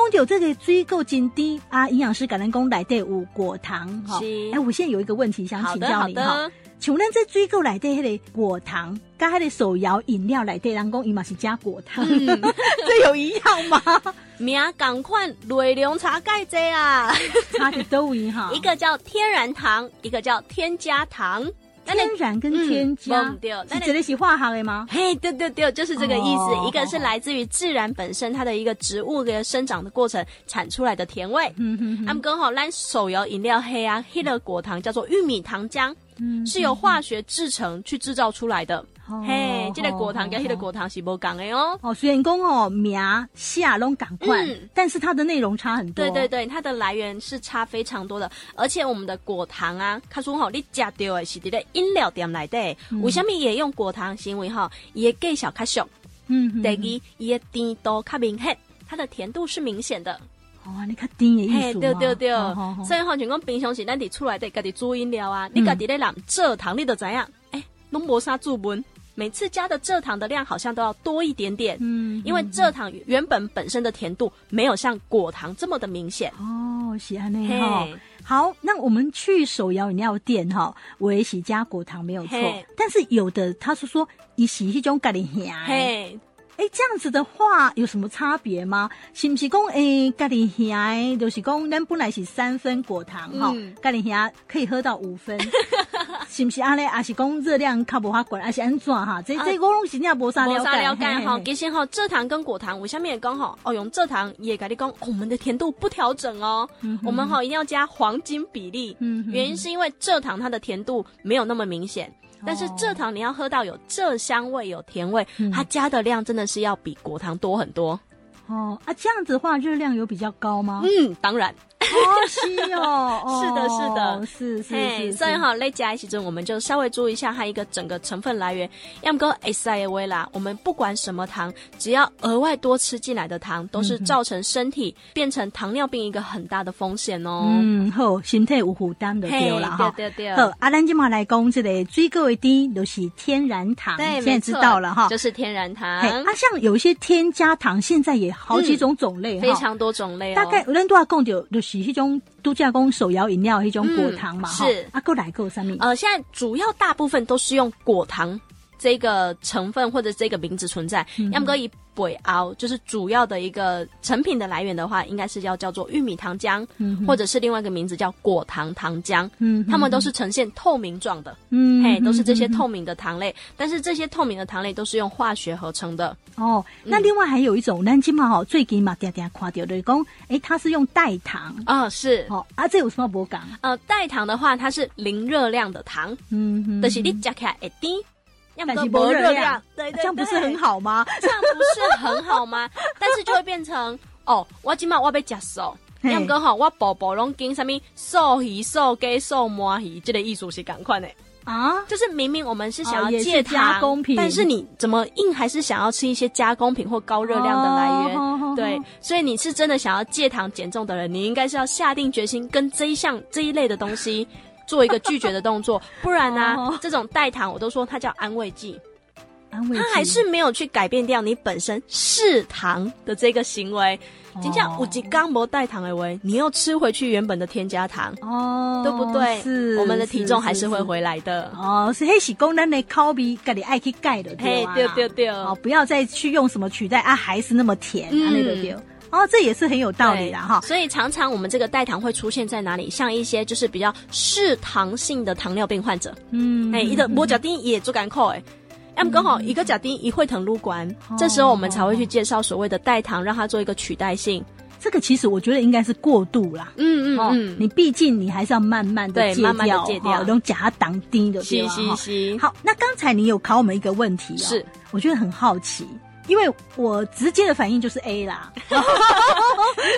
Speaker 1: 讲到这个水果真低啊，营养师甲咱讲内底有果糖哈。
Speaker 3: 是
Speaker 1: 哎，我现在有一个问题想
Speaker 3: 好
Speaker 1: 请
Speaker 3: 的
Speaker 1: 教
Speaker 3: 好
Speaker 1: 你哈，
Speaker 3: 的，
Speaker 1: 像咱这水果内底迄个果糖，跟迄个手摇饮料内底，人讲伊嘛是加果糖，
Speaker 3: 嗯
Speaker 1: 这有一样吗？
Speaker 3: 名啊赶快蕊龙茶盖这啊，
Speaker 1: 差的都一 哈，
Speaker 3: 一个叫天然糖，一个叫添加糖。那你
Speaker 1: 天然跟添加，
Speaker 3: 嗯对
Speaker 1: 是真的是化学的 吗？
Speaker 3: 嘿，对对对，就是这个意思。
Speaker 1: 哦
Speaker 3: 一个是来自于自然本身它的一个植物的生长的过程产出来的甜味。
Speaker 1: 嗯哼
Speaker 3: 他
Speaker 1: 哼
Speaker 3: 们刚好咱手摇饮料黑啊，黑的果糖叫做玉米糖浆，
Speaker 1: 嗯
Speaker 3: 是由化学制成去制造出来的。
Speaker 1: 哦
Speaker 3: 嘿，这个果糖跟那个果糖是无共的哦。
Speaker 1: 哦，虽然讲哦名下拢赶快
Speaker 3: 嗯，
Speaker 1: 但是它的内容差很多。
Speaker 3: 对对对，它的来源是差非常多的，而且我们的果糖啊，它说吼，你食到的是伫咧饮料店内底，为什么也用果糖？是因为吼，伊的计小较俗，
Speaker 1: 嗯哼
Speaker 3: 第二伊的甜度较明显，它的甜度是明显的。
Speaker 1: 哦，你看甜的意
Speaker 3: 嘿，
Speaker 1: 思哦
Speaker 3: 对对对，所
Speaker 1: 以
Speaker 3: 以吼，像讲平常时咱伫厝内底家己煮饮料啊，你家己咧làm 蔗糖，你就知影，哎，拢无啥注文，每次加的蔗糖的量好像都要多一点点，
Speaker 1: 嗯
Speaker 3: 因为蔗糖原本本身的甜度没有像果糖这么的明显。
Speaker 1: 哦是安内
Speaker 3: 嘿
Speaker 1: 哈。好，那我们去手摇饮料店哈，我也喜加果糖没有错
Speaker 3: 嘿，
Speaker 1: 但是有的他是说一喜一种咖喱咸，
Speaker 3: 嘿，
Speaker 1: 哎，这样子的话有什么差别吗？是不是讲诶，咖喱虾就是讲咱本来是三分果糖哈
Speaker 3: 嗯，
Speaker 1: 咖喱虾可以喝到五 分，是不是安尼？还是讲热量较无法管，还是安怎哈？这
Speaker 3: 啊
Speaker 1: 这我拢是正无啥
Speaker 3: 无
Speaker 1: 了
Speaker 3: 啥
Speaker 1: 解，
Speaker 3: 了解吼，
Speaker 1: 嘿嘿嘿
Speaker 3: 其实吼，蔗糖跟果糖，我下面也讲吼，哦，用蔗糖也跟你讲，哦我们的甜度不调整哦，我们吼一定要加黄金比例，
Speaker 1: 嗯哼哦
Speaker 3: 原因是因为蔗糖它的甜度没有那么明显。但是蔗糖你要喝到有蔗香味、有甜味，
Speaker 1: 嗯
Speaker 3: 它加的量真的是要比果糖多很多。
Speaker 1: 哦啊，这样子的话热量有比较高吗？
Speaker 3: 嗯，当然，
Speaker 1: 哦，是哦，哦
Speaker 3: 是的是的
Speaker 1: 是是
Speaker 3: 嘿
Speaker 1: 是，
Speaker 3: 所以
Speaker 1: 是
Speaker 3: 哈，在加一起中，我们就稍微注意一下它一个整个成分来源。要么跟 S I A 微啦，我们不管什么糖，只要额外多吃进来的糖，都是造成身体变成糖尿病一个很大的风险哦。
Speaker 1: 嗯，好，身体有负担就
Speaker 3: 嘿，
Speaker 1: 对了哈。
Speaker 3: 对对
Speaker 1: 好
Speaker 3: 对，，
Speaker 1: 啊，咱今嘛来讲这个水果的甜就是天然糖，
Speaker 3: 对，
Speaker 1: 现在
Speaker 3: 没
Speaker 1: 知
Speaker 3: 错
Speaker 1: 道了哈。
Speaker 3: 就是天然糖
Speaker 1: 嘿，，啊，像有一些添加糖，现在也好几种种类哈、
Speaker 3: 非常多种类哦。
Speaker 1: 大概咱都要讲就就是迄种度假工手摇饮料迄种果糖嘛
Speaker 3: 嗯
Speaker 1: 哈、
Speaker 3: 是
Speaker 1: 啊，够来够上面
Speaker 3: 呃，现在主要大部分都是用果糖这个成分或者这个名字存在。
Speaker 1: 嗯
Speaker 3: 要么以北凹就是主要的一个成品的来源的话，应该是要叫做玉米糖浆，或者是另外一个名字叫果糖糖浆。
Speaker 1: 嗯
Speaker 3: 它们都是呈现透明状的，
Speaker 1: 嗯
Speaker 3: 嘿，都是这些
Speaker 1: 嗯
Speaker 3: 透明的糖类，但是这些透明的糖类都是用化学合成的，
Speaker 1: 哦。那
Speaker 3: 嗯
Speaker 1: 另外还有一种，咱今嘛吼最近嘛点点看到就是讲，诶，它是用代糖。
Speaker 3: 啊、是，
Speaker 1: 哦，啊，这有什么不讲？
Speaker 3: 呃，代糖的话，它是零热量的糖，
Speaker 1: 嗯哼，
Speaker 3: 但是你加起来会甜，要么
Speaker 1: 嗯但是
Speaker 3: 没
Speaker 1: 没热
Speaker 3: 热
Speaker 1: 量
Speaker 3: 量，对对
Speaker 1: 这样不是
Speaker 3: 对
Speaker 1: 很好吗？
Speaker 3: 这样不是很 好吗？但是就会变成哦，我今晚我要食素，
Speaker 1: 嘿
Speaker 3: 要唔讲吼，我步步拢跟什么素鱼、素鸡、素鳗鱼，这个意思是同款的。
Speaker 1: 啊，
Speaker 3: 就是明明我们是想
Speaker 1: 哦
Speaker 3: 要
Speaker 1: 也是
Speaker 3: 戒糖，
Speaker 1: 加工品
Speaker 3: 但是你怎么硬还是想要吃一些加工品或高热量的来源？
Speaker 1: 哦哦哦
Speaker 3: 对，所以你是真的想要戒糖减重的人，你应该是要下定决心跟这一项这一类的东西做一个拒绝的动作，不然呢、
Speaker 1: 哦
Speaker 3: 这种代糖我都说它叫安慰剂，
Speaker 1: 安慰剂，
Speaker 3: 它还是没有去改变掉你本身嗜糖的这个行为。
Speaker 1: 哦
Speaker 3: 就像五级刚博代糖而为，你又吃回去原本的添加糖，
Speaker 1: 哦，
Speaker 3: 对不对？
Speaker 1: 是，
Speaker 3: 我们的体重还是会
Speaker 1: 是。是
Speaker 3: 回来的。
Speaker 1: 哦，是黑喜功能的 copy，家己爱去改的，
Speaker 3: 嘿，
Speaker 1: 啊
Speaker 3: 对对对，
Speaker 1: 哦，不要再去用什么取代啊，还是那么甜啊，
Speaker 3: 嗯
Speaker 1: 那个丢。哦，这也是很有道理啦，哈
Speaker 3: 对。所以常常我们这个代糖会出现在哪里？像一些就是比较嗜糖性的糖尿病患者，
Speaker 1: 嗯，
Speaker 3: 哎、伊的无甲丁也做干扣哎。M 刚好一个甲丁一会疼撸管，
Speaker 1: 哦
Speaker 3: 这时候我们才会去介绍所谓的代糖，让它做一个取代性。
Speaker 1: 这个其实我觉得应该是过度啦。
Speaker 3: 嗯
Speaker 1: 哦，你毕竟你还是要慢慢的
Speaker 3: 对
Speaker 1: 戒
Speaker 3: 慢慢地
Speaker 1: 掉，
Speaker 3: 戒
Speaker 1: 哈
Speaker 3: 掉
Speaker 1: 有种假挡低的对
Speaker 3: 是
Speaker 1: 吧
Speaker 3: 是
Speaker 1: 哈
Speaker 3: 是，
Speaker 1: 好，那刚才你有考我们一个问题、哦，
Speaker 3: 是，
Speaker 1: 我觉得很好奇，因为我直接的反应就是 A 啦，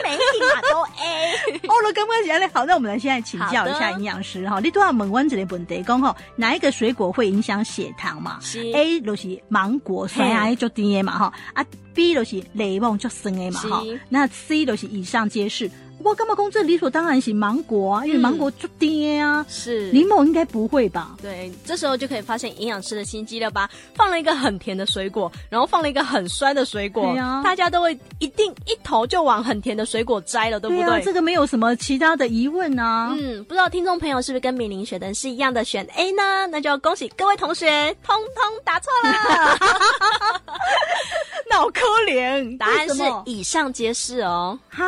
Speaker 3: 每一题嘛啊都 A。
Speaker 1: 哦，了，刚刚起来好，那我们来现在请教一
Speaker 3: 好
Speaker 1: 下
Speaker 3: 的
Speaker 1: 营养师哈，你都要问问这个问题，讲吼哪一个水果会影响血糖嘛
Speaker 3: 是
Speaker 1: ？A 就是芒果酸啊，
Speaker 3: 嘿
Speaker 1: 就甜的嘛哈，啊 B 就是柠檬就酸的嘛
Speaker 3: 是
Speaker 1: 哈，那 C 就是以上皆是。我干嘛讲这理所当然是芒果啊，因为
Speaker 3: 嗯
Speaker 1: 芒果就甜的啊，
Speaker 3: 是
Speaker 1: 柠檬应该不会吧？
Speaker 3: 对，这时候就可以发现营养师的心机了吧？放了一个很甜的水果，然后放了一个很酸的水果，
Speaker 1: 对啊
Speaker 3: 大家都会一定一头就往很甜的水果摘了，对不对？
Speaker 1: 啊，这个没有什么其他的疑问啊。
Speaker 3: 嗯，不知道听众朋友是不是跟米林选的是一样的选 A 呢？那就恭喜各位同学，通通答错 了。
Speaker 1: 脑科怜
Speaker 3: 答案是以上皆是哦。
Speaker 1: 哈，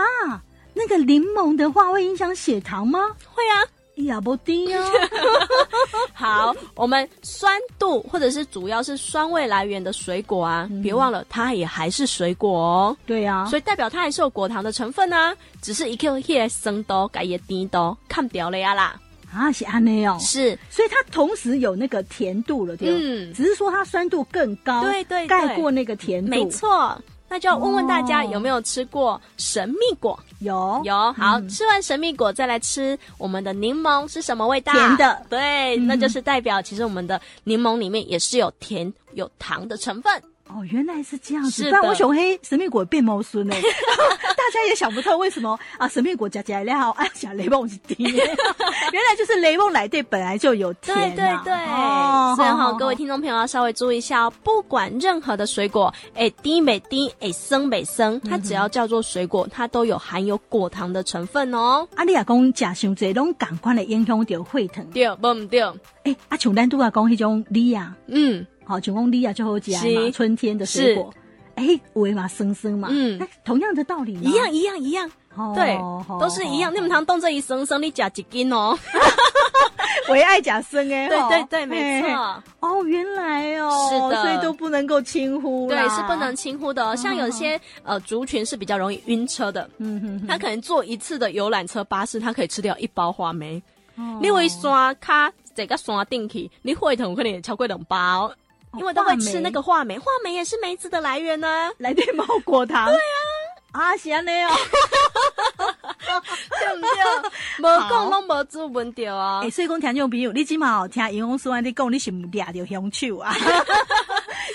Speaker 1: 那个柠檬的话会影响血糖吗？
Speaker 3: 会啊，
Speaker 1: 也不低啊。
Speaker 3: 好，我们酸度或者是主要是酸味来源的水果啊，别忘了它也还是水果哦。
Speaker 1: 对啊，
Speaker 3: 所以代表它还是有果糖的成分啊，只是一克叶生豆改叶低豆看掉了呀啦。
Speaker 1: 啊是安内哦，
Speaker 3: 是，
Speaker 1: 所以它同时有那个甜度了，对吧，
Speaker 3: 嗯
Speaker 1: 只是说它酸度更高，
Speaker 3: 对对对
Speaker 1: 盖过那个甜度，
Speaker 3: 没，错。那就要问问大家
Speaker 1: 哦
Speaker 3: 有没有吃过神秘果？
Speaker 1: 有
Speaker 3: 有，好，
Speaker 1: 嗯
Speaker 3: 吃完神秘果再来吃我们的柠檬是什么味道？
Speaker 1: 甜的
Speaker 3: 对，
Speaker 1: 嗯
Speaker 3: 那就是代表其实我们的柠檬里面也是有甜有糖的成分。
Speaker 1: 哦，原来是这样子，
Speaker 3: 是的
Speaker 1: 不然我熊黑神秘果变猫孙呢， 大家也想不透为什么啊，神秘果加加料，哎，加雷梦是 甜的，原来就是雷梦奶对本来就有
Speaker 3: 对
Speaker 1: 甜、哦啊，
Speaker 3: 对对，所以哈，各位听众朋友要稍微注意一下哦。不管任何的水果，哎，低美低，哎，生美
Speaker 1: 嗯
Speaker 3: 生，它只要叫做水果，它都有含有果糖的成分哦。
Speaker 1: 啊，你也讲食伤侪拢共款的影响着血糖。
Speaker 3: 对，不对，
Speaker 1: 诶、啊，像咱拄啊讲迄种梨啊，
Speaker 3: 嗯，
Speaker 1: 吼、像讲梨啊最好食的嘛，
Speaker 3: 是
Speaker 1: 春天的水果。诶、有的嘛酸酸嘛，
Speaker 3: 嗯
Speaker 1: 那同样的道理嘛，
Speaker 3: 一样一样一样，
Speaker 1: 哦，
Speaker 3: 对
Speaker 1: 哦，
Speaker 3: 都是一样。
Speaker 1: 哦
Speaker 3: 你们常动这一生生，你假几斤哦？
Speaker 1: 我也爱假酸诶，
Speaker 3: 对
Speaker 1: 吼
Speaker 3: 对对，没。
Speaker 1: 嘿
Speaker 3: 错。
Speaker 1: 哦，原来哦，
Speaker 3: 是的
Speaker 1: 所以都不能够轻忽啦
Speaker 3: 对，是不能，轻忽的哦。像有些呃族群是比较容易晕车的，
Speaker 1: 嗯哼
Speaker 3: 他可能坐一次的游览车巴士，他可以吃掉一包话梅。
Speaker 1: 哼，哦
Speaker 3: 你为刷卡这个刷定去，你血糖可能也超过两包，
Speaker 1: 哦
Speaker 3: 因为都会吃那个话梅，话梅也是梅子的来源呢、
Speaker 1: 来对猫果糖，对啊，啊是安尼哦，
Speaker 3: 对不 对？无讲拢无注闻到啊
Speaker 1: 诶、。所以讲听众朋友，你起码哦听营养师安尼讲，你是唔抓着凶手 啊？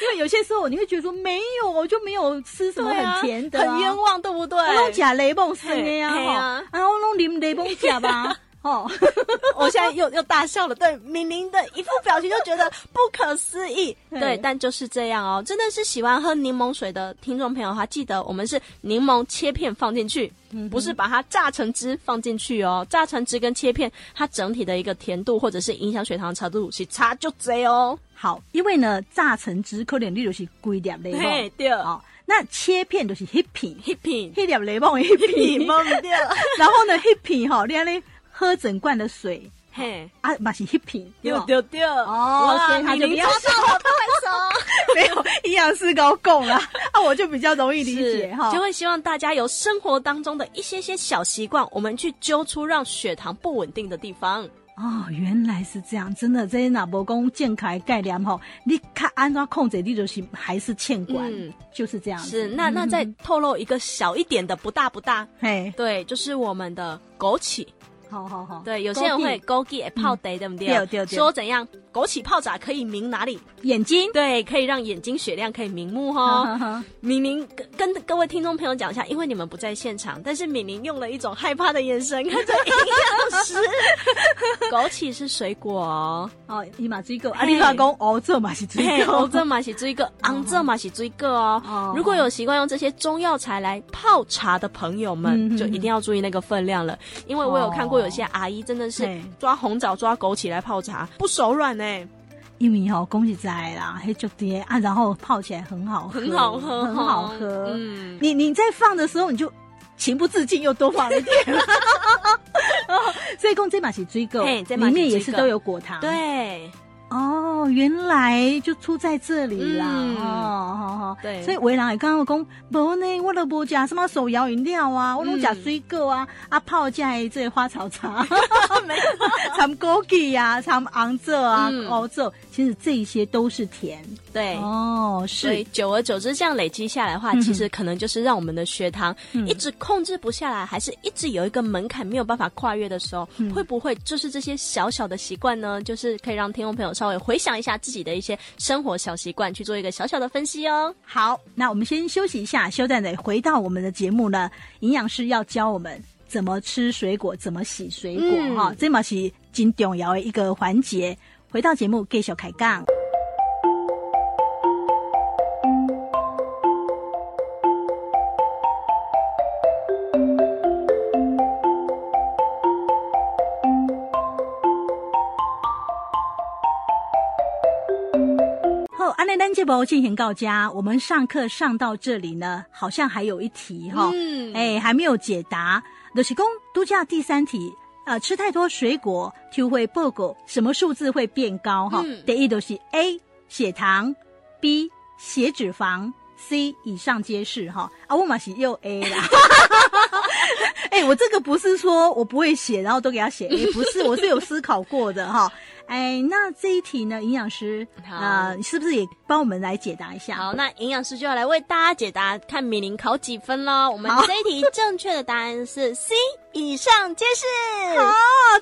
Speaker 1: 因为有些时候你会觉得说没有，我就没有吃什么
Speaker 3: 对啊
Speaker 1: 很甜的、
Speaker 3: 很冤。枉，对不对？
Speaker 1: 我拢假雷梦生的呀、
Speaker 3: 嘿嘿
Speaker 1: 啊
Speaker 3: 啊，
Speaker 1: 啊，我拢啉雷梦假吧， 哦，
Speaker 3: 我现在又又大笑了，对，明明的一副表情就觉得不可思议。
Speaker 1: 对
Speaker 3: 对，但就是这样哦，真的是喜欢喝柠檬水的听众朋友的话，记得我们是柠檬切片放进去，不是把它榨成汁放进去哦。榨成汁跟切片，它整体的一个甜度或者是影响血糖的程度是差就贼哦。
Speaker 1: 好，因为呢，榨成汁可能你就是规粒雷
Speaker 3: 嘿
Speaker 1: 梦，
Speaker 3: 对
Speaker 1: 哦，那切片就是一片，
Speaker 3: 一瓶
Speaker 1: 一粒雷梦一片，
Speaker 3: 檬掉，
Speaker 1: 然后呢一片哈，你安尼喝整罐的水
Speaker 3: 嘿，
Speaker 1: 啊，嘛是一片，对
Speaker 3: 丢
Speaker 1: 吧？
Speaker 3: 丢丢
Speaker 1: 哦所以他就比较
Speaker 3: 抓到我拍手。
Speaker 1: 没有营养师高供啦，啊，我就比较容易理解
Speaker 3: 是
Speaker 1: 哈。
Speaker 3: 就会希望大家由生活当中的一些些小习惯，我们去揪出让血糖不稳定的地方。
Speaker 1: 哦，原来是这样，真的，这些哪无讲健康的概念吼，你看安怎控制，你就是还是欠管，
Speaker 3: 嗯
Speaker 1: 就是这样子。
Speaker 3: 是，那那再透露一个小一点的，不大不大，
Speaker 1: 嘿，
Speaker 3: 对，就是我们的枸杞。
Speaker 1: 好好好，
Speaker 3: 对，有些人会枸杞也泡得，对不对？
Speaker 1: 嗯对对对
Speaker 3: 说怎样枸杞泡茶可以明哪里？
Speaker 1: 眼睛。
Speaker 3: 对，可以让眼睛雪亮，可以明目哈、
Speaker 1: 哈哈
Speaker 3: 敏玲跟跟各位听众朋友讲一下，因为你们不在现场，但是敏玲用了一种害怕的眼神看着营养 师。枸杞是水果哦，
Speaker 1: 哦，伊嘛水果，啊，
Speaker 3: 嘿
Speaker 1: 你老公哦，这嘛是
Speaker 3: 嘿
Speaker 1: 水果，
Speaker 3: 红这嘛是追个，昂这嘛是追个
Speaker 1: 嗯哦
Speaker 3: 哦。如果有习惯用这些中药材来泡茶的朋友
Speaker 1: 嗯嗯
Speaker 3: 们，
Speaker 1: 嗯
Speaker 3: 就一定要注意那个分量了，因为我有看过有些阿姨真的
Speaker 1: 对
Speaker 3: 是抓红枣、抓枸杞来泡茶，不手软欸呢、
Speaker 1: 因为吼、讲实在啦，黑就爹啊，然后泡起来很好喝，
Speaker 3: 很好喝，
Speaker 1: 很好喝。
Speaker 3: 嗯，
Speaker 1: 你你在放的时候，你就情不自禁又多放了 一点。哦所以讲这把是追购，
Speaker 3: 嘿这嘛
Speaker 1: 里
Speaker 3: 是
Speaker 1: 面也是
Speaker 3: 水果
Speaker 1: 都有果糖。，
Speaker 3: 对
Speaker 1: 哦，原来就出在这里啦。
Speaker 3: 嗯
Speaker 1: 哦，好好。
Speaker 3: 对，
Speaker 1: 所以为人也刚刚讲，无呢，我都无食什么手摇饮料
Speaker 3: 嗯
Speaker 1: 啊，我拢食水果啊，啊泡起来这个花草 茶， 掺枸杞啊，掺昂蔗啊
Speaker 3: 嗯，
Speaker 1: 熬蔗，其实这一些都是甜
Speaker 3: 对。
Speaker 1: 哦，
Speaker 3: 所以
Speaker 1: 是
Speaker 3: 久而久之这样累积下来的话，
Speaker 1: 嗯哼
Speaker 3: 其实可能就是让我们的血糖
Speaker 1: 嗯
Speaker 3: 一直控制不下来，还是一直有一个门槛没有办法跨越的时候，
Speaker 1: 嗯
Speaker 3: 会不会就是这些小小的习惯呢？就是可以让听众朋友稍微回想一下自己的一些生活小习惯，去做一个小小的分析哦。
Speaker 1: 好。那我们先休息一下，休战得回到我们的节目呢，营养师要教我们怎么吃水果，怎么洗水果
Speaker 3: 嗯
Speaker 1: 哈、这嘛是真重要的一个环节。回到节目继续开讲。好，安内丹这波进行到家，我们上课上到这里呢，好像还有一题哈、
Speaker 3: 嗯
Speaker 1: 哎、还没有解答。就是公度假第三题，呃，吃太多水果就会爆狗，什么数字会变高？哈、
Speaker 3: 嗯
Speaker 1: 第一就是 A 血糖，B 血脂肪，C 以上皆是哈。啊，我嘛是又 A 啦。 哎、我这个不是说我不会写，然后都给他写 A，不是，我是有思考过的哈。哎，那这一题呢，营养师，
Speaker 3: 好
Speaker 1: 呃，你是不是也帮我们来解答一下？
Speaker 3: 好，那营养师就要来为大家解答，看米林考几分喽。我们
Speaker 1: 好
Speaker 3: 这一题正确的答案是 C，以上皆是。
Speaker 1: 啊，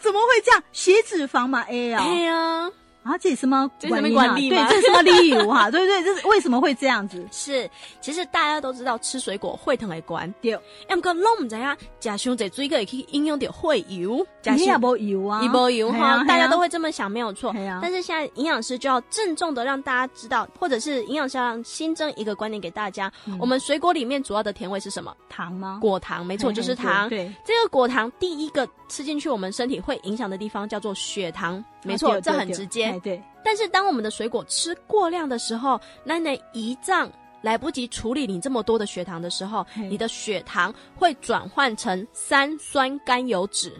Speaker 1: 怎么会这样？血脂肪嘛 A 啊、
Speaker 3: 哎呀，
Speaker 1: 啊，这什么
Speaker 3: 这是什么
Speaker 1: 原因啊
Speaker 3: 管理
Speaker 1: 对，
Speaker 3: 吗
Speaker 1: 这是什么理由哈、 对对，这是为什么会这样子？
Speaker 3: 是，其实大家都知道吃水果会疼会关，
Speaker 1: 对，
Speaker 3: 要么过拢唔知影，食伤侪水果会去影响到血油，
Speaker 1: 你也无油啊，
Speaker 3: 一波油
Speaker 1: 嘿啊
Speaker 3: 哈，大家都。会这么想，没有错
Speaker 1: 嘿啊。
Speaker 3: 但是现在营养师就要郑重的让大家知道，或者是营养师要让新增一个观念给大家：
Speaker 1: 嗯
Speaker 3: 我们水果里面主要的甜味是什么？
Speaker 1: 嘿啊糖吗？
Speaker 3: 果糖，没
Speaker 1: 没
Speaker 3: 错，就是糖。
Speaker 1: 对，
Speaker 3: 这个果糖第一个吃进去，我们身体会影响的地方叫做血糖，没
Speaker 1: 啊
Speaker 3: 错，
Speaker 1: 对
Speaker 3: 这
Speaker 1: 对
Speaker 3: 很
Speaker 1: 对
Speaker 3: 直接
Speaker 1: 哎。对，
Speaker 3: 但是当我们的水果吃过量的时候，那你的胰脏来不及处理你这么多的血糖的时候，
Speaker 1: 嘿
Speaker 3: 你的血糖会转换成三酸甘油脂。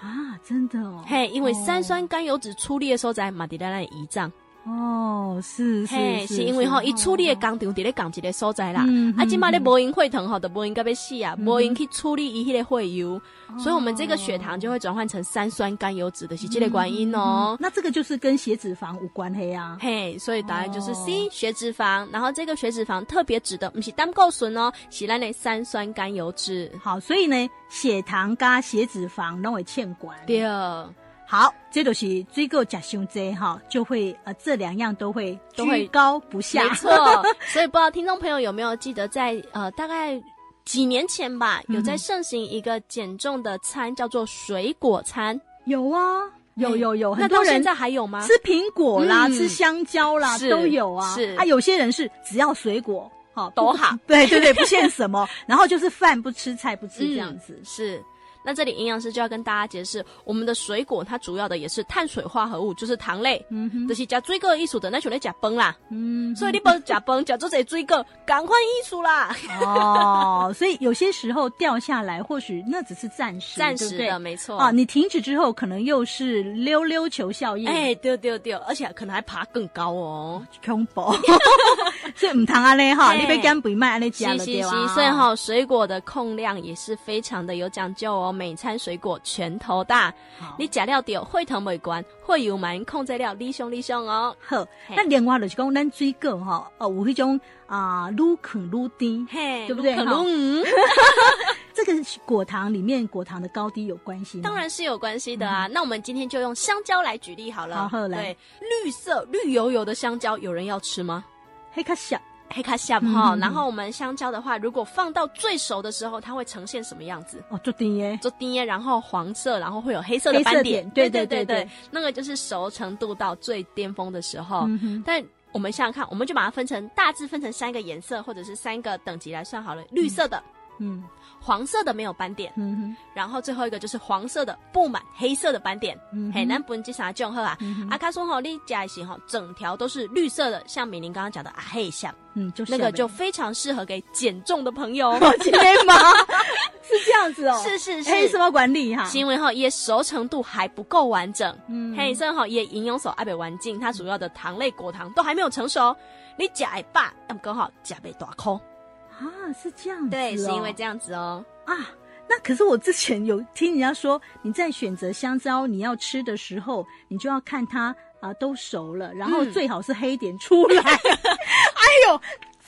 Speaker 1: 啊，真的哦。
Speaker 3: 嘿，因为
Speaker 1: 哦
Speaker 3: 三酸甘油脂处理的时候在马迪拉的胰脏，
Speaker 1: 哦，是是
Speaker 3: 嘿，是因为吼，伊处理的工厂伫咧同一个所在啦。
Speaker 1: 嗯
Speaker 3: 啊，
Speaker 1: 嗯
Speaker 3: 即马咧无用血糖吼，都无用到要死啊，
Speaker 1: 嗯
Speaker 3: 无用去处理伊迄个血油，
Speaker 1: 哦
Speaker 3: 所以我们这个血糖就会转换成三酸甘油脂的，是这个原因
Speaker 1: 嗯
Speaker 3: 哦。
Speaker 1: 那这个就是跟血脂肪无关黑啊。
Speaker 3: 嘿，所以答案就是
Speaker 1: 哦
Speaker 3: C、血脂肪。然后这个血脂肪特别指的不是胆固醇哦，是咱的三酸甘油脂。
Speaker 1: 好，所以呢，血糖加血脂肪拢会欠管。
Speaker 3: 对，啊哦
Speaker 1: 好，这就是水果甲胸椎哈，就会呃这两样都会
Speaker 3: 都会
Speaker 1: 居高不下。
Speaker 3: 没错。所以不知道听众朋友有没有记得在，呃大概。几年前吧，有
Speaker 1: 嗯
Speaker 3: 在盛行一个减重的餐，叫做水果餐。
Speaker 1: 有啊，有
Speaker 3: 嘿
Speaker 1: 有有，
Speaker 3: 哎那
Speaker 1: 很
Speaker 3: 到
Speaker 1: 多
Speaker 3: 现
Speaker 1: 人
Speaker 3: 在还有吗？
Speaker 1: 吃苹果啦，
Speaker 3: 嗯
Speaker 1: 吃香蕉啦，
Speaker 3: 是
Speaker 1: 都有啊。
Speaker 3: 是
Speaker 1: 啊，有些人是只要水果，好、
Speaker 3: 都
Speaker 1: 不
Speaker 3: 好。
Speaker 1: 对对对，不 限什么，然后就是饭不吃，菜不吃
Speaker 3: 嗯
Speaker 1: 这样子。
Speaker 3: 是。那这里营养师就要跟大家解释，我们的水果它主要的也是碳水化合物，就是糖类，
Speaker 1: 嗯哼，
Speaker 3: 就是加水果艺术的那种类加崩啦。
Speaker 1: 嗯哼，
Speaker 3: 所以你不食饭，食做侪水果，赶快艺术啦！
Speaker 1: 哦，所以有些时候掉下来，或许那只是暂时，
Speaker 3: 暂
Speaker 1: 对
Speaker 3: 时
Speaker 1: 不对
Speaker 3: 的，没错。
Speaker 1: 啊，你停止之后，可能又是溜溜球效应，
Speaker 3: 哎、对对对，而且可能还爬更高哦。
Speaker 1: 恐怖， 所以唔通安尼哈，
Speaker 3: 嘿
Speaker 1: 你被干杯卖安尼
Speaker 3: 是
Speaker 1: 加了
Speaker 3: 是
Speaker 1: 对吧？啊
Speaker 3: 是，所以哈、水果的控量也是非常的有讲究哦。每餐水果拳头大，
Speaker 1: 好，
Speaker 3: 你假料掉会疼美观，会有蛮控制了，立胸立胸哦。
Speaker 1: 好，
Speaker 3: 嘿
Speaker 1: 那另外就是讲咱水果哈，哦，有迄种啊，愈啃愈甜，
Speaker 3: 嘿
Speaker 1: 对不对
Speaker 3: 可能
Speaker 1: 这个是果糖里面果糖的高低有关系吗？
Speaker 3: 当然是有关系的啊。那我们今天就用香蕉来举例好了。
Speaker 1: 好好来
Speaker 3: 对，绿色绿油油的香蕉，有人要吃吗？
Speaker 1: 黑卡小
Speaker 3: 黑卡夏哈
Speaker 1: 嗯嗯嗯。
Speaker 3: 然后我们香蕉的话，如果放到最熟的时候，它会呈现什么样子？
Speaker 1: 哦，做丁耶，
Speaker 3: 做丁耶，然后黄色，然后会有黑色的
Speaker 1: 黑色
Speaker 3: 斑
Speaker 1: 点对
Speaker 3: 对
Speaker 1: 对
Speaker 3: 对
Speaker 1: 对
Speaker 3: 对，那个就是熟程度到最巅峰的时候。
Speaker 1: 嗯哼，
Speaker 3: 但我们想想看，我们就把它分成大致分成三个颜色或者是三个等级来算好了。绿色的、
Speaker 1: 嗯
Speaker 3: 黄色的没有斑点，
Speaker 1: 嗯哼，
Speaker 3: 然后最后一个就是黄色的布满黑色的斑点。
Speaker 1: 嗯
Speaker 3: 嘿，
Speaker 1: 哼
Speaker 3: 咱本质啥种好啊？
Speaker 1: 嗯
Speaker 3: 阿
Speaker 1: 哼
Speaker 3: 卡说吼，你假型吼，整条都是绿色的，像敏玲刚刚讲的啊黑像，
Speaker 1: 嗯，就
Speaker 3: 那个就
Speaker 1: 下
Speaker 3: 非常适合给减重的朋 友。
Speaker 1: 面今天吗？是这样子哦，
Speaker 3: 是是
Speaker 1: 黑什
Speaker 3: 是，
Speaker 1: 么管理哈？
Speaker 3: 因为吼也熟程度还不够完整。
Speaker 1: 嗯
Speaker 3: 黑所以吼也营养素阿北完净，它主要的糖类果糖都还没有成熟，你假一半，那么刚好假被大空。
Speaker 1: 啊，是这样子哦，
Speaker 3: 对，是因为这样子哦。
Speaker 1: 啊。那可是我之前有听人家说，你在选择香蕉你要吃的时候，你就要看它啊、都熟了，然后
Speaker 3: 嗯
Speaker 1: 最好是黑点出来。 哎呦，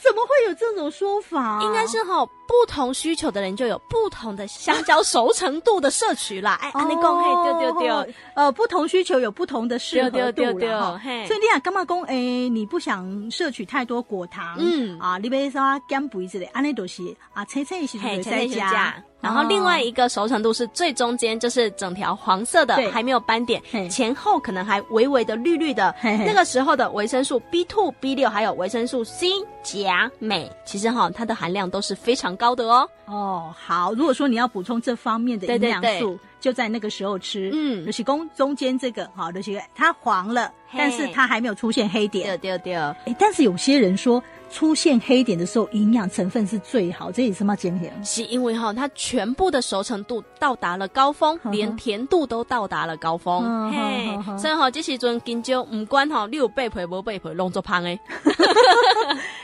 Speaker 1: 怎么会有这种说法、
Speaker 3: 应该是吼，不同需求的人就有不同的香蕉熟程度的摄取啦。
Speaker 1: 哦
Speaker 3: 哎，安尼讲嘿，对对对，，
Speaker 1: 呃，不同需求有不同的适合度啦
Speaker 3: 对对对对
Speaker 1: 哈
Speaker 3: 嘿
Speaker 1: 所以你啊，干嘛讲诶，你不想摄取太多果糖，
Speaker 3: 嗯
Speaker 1: 啊，你别说减肥之类，安尼都是啊，切切的时候
Speaker 3: 嘿，
Speaker 1: 就
Speaker 3: 才
Speaker 1: 在哦
Speaker 3: 在
Speaker 1: 家
Speaker 3: 家。。然后另外一个熟程度是最中间，就是整条黄色的
Speaker 1: 对
Speaker 3: 还没有斑点
Speaker 1: 嘿，
Speaker 3: 前后可能还微微的绿绿的。
Speaker 1: 嘿嘿
Speaker 3: 那个时候的维生素 B two、B 六还有维生素 C、钾、镁，其实哈它的含量都是非常高的哦。
Speaker 1: 哦，好，如果说你要补充这方面的
Speaker 3: 对
Speaker 1: 营
Speaker 3: 对
Speaker 1: 养
Speaker 3: 对
Speaker 1: 素，就在那个时候吃。
Speaker 3: 嗯
Speaker 1: 尤其公中间这个，好，尤其它黄了，
Speaker 3: 嘿
Speaker 1: 但是它还没有出现黑点
Speaker 3: 对。对对，
Speaker 1: 诶但是有些人说，出现黑点的时候，营养成分是最好，这也是嘛减点。
Speaker 3: 是因为哈它全部的熟程度到达了高峰，
Speaker 1: 嗯
Speaker 3: 连甜度都到达了高
Speaker 1: 嗯
Speaker 3: 峰。嘿
Speaker 1: 嗯嗯，
Speaker 3: 所以哈这时阵香蕉唔管哈你有背皮无背皮，拢做胖诶。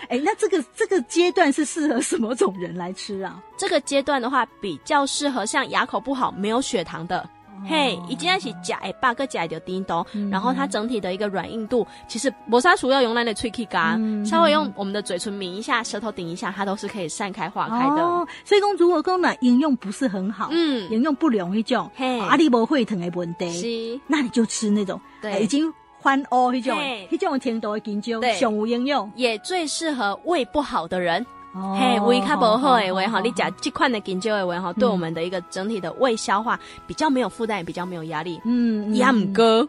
Speaker 1: 哎，那这个这个阶段是适合什么种人来吃啊？
Speaker 3: 这个阶段的话，比较适合像牙口不好、没有血糖的。嘿，一进来哎是假诶，八个假的叮咚
Speaker 1: 哦嗯，
Speaker 3: 然后它整体的一个软硬度，其实磨砂鼠要用那的脆 K 嘎
Speaker 1: 嗯，
Speaker 3: 稍微用我们的嘴唇抿一下，舌头顶一下，它都是可以散开化开的。
Speaker 1: 哦，所以讲如果讲呢，应用不是很好，
Speaker 3: 嗯，
Speaker 1: 应用不良迄种，
Speaker 3: 嘿
Speaker 1: 啊，你无会疼的问题，
Speaker 3: 是，
Speaker 1: 那你就吃那种
Speaker 3: 对
Speaker 1: 哎已经翻乌迄种的
Speaker 3: 嘿，
Speaker 1: 迄种甜度的香蕉
Speaker 3: 对
Speaker 1: 上有应用。
Speaker 3: 也最适合胃不好的人。
Speaker 1: 哦
Speaker 3: 嘿，胃卡不好诶，胃
Speaker 1: 好
Speaker 3: 哈，你
Speaker 1: 讲
Speaker 3: 讲这款的香蕉诶，胃哈，
Speaker 1: 嗯
Speaker 3: 对我们的一个整体的胃消化比较没有负担，也比较没有压力。
Speaker 1: 嗯
Speaker 3: 也唔 过，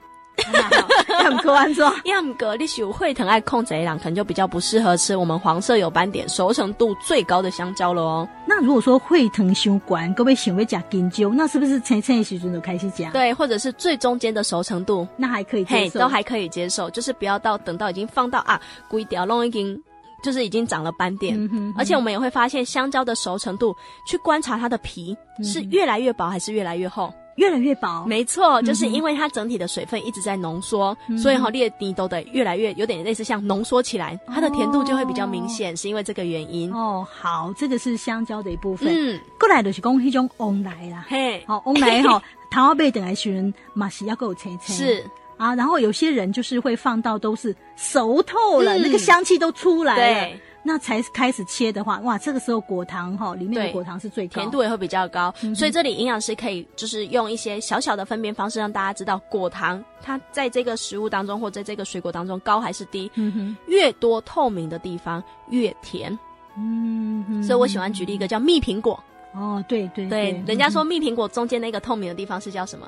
Speaker 1: 也唔过安怎？
Speaker 3: 要么格你有会疼爱控制的人，可能就比较不适合吃我们黄色有斑点、熟成度最高的香蕉了哦。
Speaker 1: 那如果说会疼伤管，各位想要食香蕉，那是不是青青的时阵就开始食？，
Speaker 3: 对，或者是最中间的熟成度，
Speaker 1: 那还可以接
Speaker 3: 嘿，
Speaker 1: 受，嗯
Speaker 3: 都还可以接受，就是不要到等到已经放到啊，龟条弄已经就是已经长了斑点。
Speaker 1: 嗯哼，
Speaker 3: 而且我们也会发现，香蕉的熟成度，去观察它的皮
Speaker 1: 嗯
Speaker 3: 是越来越薄还是越来越厚？
Speaker 1: 越来越薄，
Speaker 3: 没错，
Speaker 1: 嗯
Speaker 3: 就是因为它整体的水分一直在浓缩，
Speaker 1: 嗯
Speaker 3: 所以哈、裂底都得越来越有点类似像浓缩起来，它的甜度就会比较明显，是因为这个原因。
Speaker 1: 哦，好，这个是香蕉的一部分。
Speaker 3: 嗯，
Speaker 1: 过来就是讲迄种翁来啦，
Speaker 3: 嘿，
Speaker 1: 好，翁来 吼，桃花贝等来时人嘛是要够青青，
Speaker 3: 是，
Speaker 1: 啊，然后有些人就是会放到都是熟透了，
Speaker 3: 嗯
Speaker 1: 那个香气都出来了
Speaker 3: 对，，
Speaker 1: 那才开始切的话，哇，这个时候果糖哈里面的
Speaker 3: 对
Speaker 1: 果糖是最高
Speaker 3: 甜度也会比较高，
Speaker 1: 嗯
Speaker 3: 所以这里营养师可以就是用一些小小的分辨方式，让大家知道果糖它在这个食物当中或在这个水果当中高还是低。
Speaker 1: 嗯哼，
Speaker 3: 越多透明的地方越甜，
Speaker 1: 嗯哼，
Speaker 3: 所以我喜欢举例一个叫蜜苹果。
Speaker 1: 哦，对对
Speaker 3: 对，人家
Speaker 1: 嗯
Speaker 3: 说蜜苹果中间那个透明的地方是叫什么？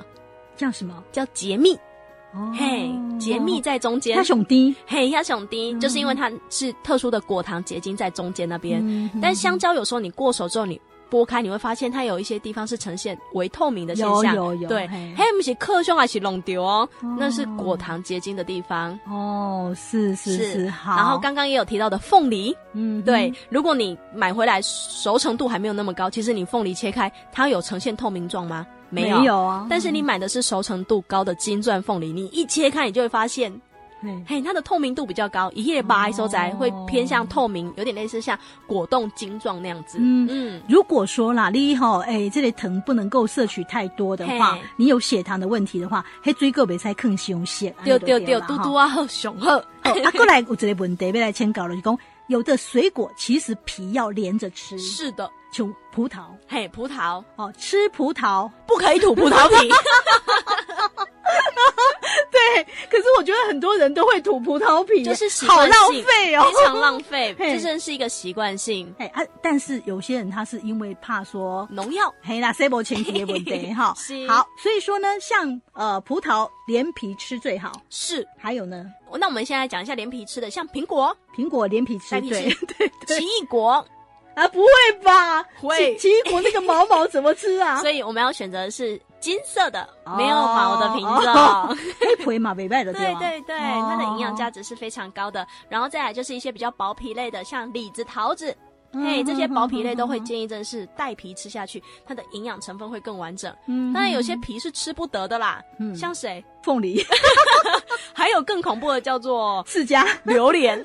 Speaker 1: 叫什么？
Speaker 3: 叫结蜜。
Speaker 1: 哦
Speaker 3: 嘿，结蜜，在中间
Speaker 1: 它。熊低，
Speaker 3: 嘿，亚熊丁
Speaker 1: 嗯
Speaker 3: 就是因为它是特殊的果糖结晶在中间那边，
Speaker 1: 嗯哼
Speaker 3: 但香蕉有时候你过手之后你剥开，你会发现它有一些地方是呈现微透明的现
Speaker 1: 有
Speaker 3: 象。
Speaker 1: 有有，
Speaker 3: 对，
Speaker 1: 嘿
Speaker 3: 嘿，不是克胸还是弄丢哦，
Speaker 1: 哦
Speaker 3: 那是果糖结晶的地方。
Speaker 1: 哦，是是
Speaker 3: 是
Speaker 1: 是，好，
Speaker 3: 然后刚刚也有提到的凤梨，
Speaker 1: 嗯哼
Speaker 3: 对，如果你买回来熟程度还没有那么高，其实你凤梨切开，它有呈现透明状吗？没有。
Speaker 1: 没有啊，
Speaker 3: 但是你买的是熟程度高的金钻凤梨，你一切开，你就会发现，
Speaker 1: 嘿
Speaker 3: 嘿，它的透明度比较高，一夜八收摘
Speaker 1: 哦
Speaker 3: 会偏向透明，有点类似像果冻晶状那样子。
Speaker 1: 嗯
Speaker 3: 嗯，
Speaker 1: 如果说啦，你吼，哎、这类糖不能够摄取太多的话
Speaker 3: 嘿，
Speaker 1: 你有血糖的问题的话，黑水果袂使更伤血。
Speaker 3: 丢丢丢，
Speaker 1: 安尼
Speaker 3: 嘟
Speaker 1: 哎就
Speaker 3: 嘟
Speaker 1: 对啦嗯
Speaker 3: 啊，呵，熊呵，
Speaker 1: 吼哦啊，过来有一个问题要来请教，就是讲有的水果其实皮要连着吃，
Speaker 3: 是的，
Speaker 1: 就葡萄
Speaker 3: 嘿，葡萄
Speaker 1: 哦，吃葡萄
Speaker 3: 不可以吐葡萄 皮，
Speaker 1: 对，可是我觉得很多人都会吐葡萄皮，
Speaker 3: 就是习
Speaker 1: 好
Speaker 3: 惯
Speaker 1: 浪
Speaker 3: 性
Speaker 1: 费哦，
Speaker 3: 非常浪费，
Speaker 1: 嘿
Speaker 3: 这真是一个习惯性
Speaker 1: 哎啊！但是有些人他是因为怕说，
Speaker 3: 农药。
Speaker 1: 嘿啦 s a b 前提的问 题哈
Speaker 3: 嗯是，
Speaker 1: 好，所以说呢，像呃葡萄连皮吃最好，
Speaker 3: 是，
Speaker 1: 还有呢
Speaker 3: 那我们现在讲一下连皮吃的，像苹果、
Speaker 1: 苹果连皮吃
Speaker 3: 连皮
Speaker 1: 对
Speaker 3: 吃
Speaker 1: 对
Speaker 3: 奇
Speaker 1: 对
Speaker 3: 异果，
Speaker 1: 啊，不会吧？
Speaker 3: 会
Speaker 1: 奇奇异果那个毛毛怎么吃啊？
Speaker 3: 所以我们要选择的是金色的，
Speaker 1: 哦
Speaker 3: 没有毛的瓶子
Speaker 1: 哦
Speaker 3: 哦。
Speaker 1: 黑皮嘛，没败的
Speaker 3: 对
Speaker 1: 吧
Speaker 3: 对对，
Speaker 1: 哦
Speaker 3: 它的营养价值是非常高的。然后再来就是一些比较薄皮类的，像李子、桃子，
Speaker 1: 嗯
Speaker 3: 嘿，这些薄皮类都会建议真的是带皮吃下去，它的营养成分会更完整。
Speaker 1: 嗯
Speaker 3: 当然有些皮是吃不得的啦，
Speaker 1: 嗯
Speaker 3: 像谁？
Speaker 1: 凤 梨、
Speaker 3: 还有更恐怖的叫做
Speaker 1: 释迦，哎，
Speaker 3: 榴莲，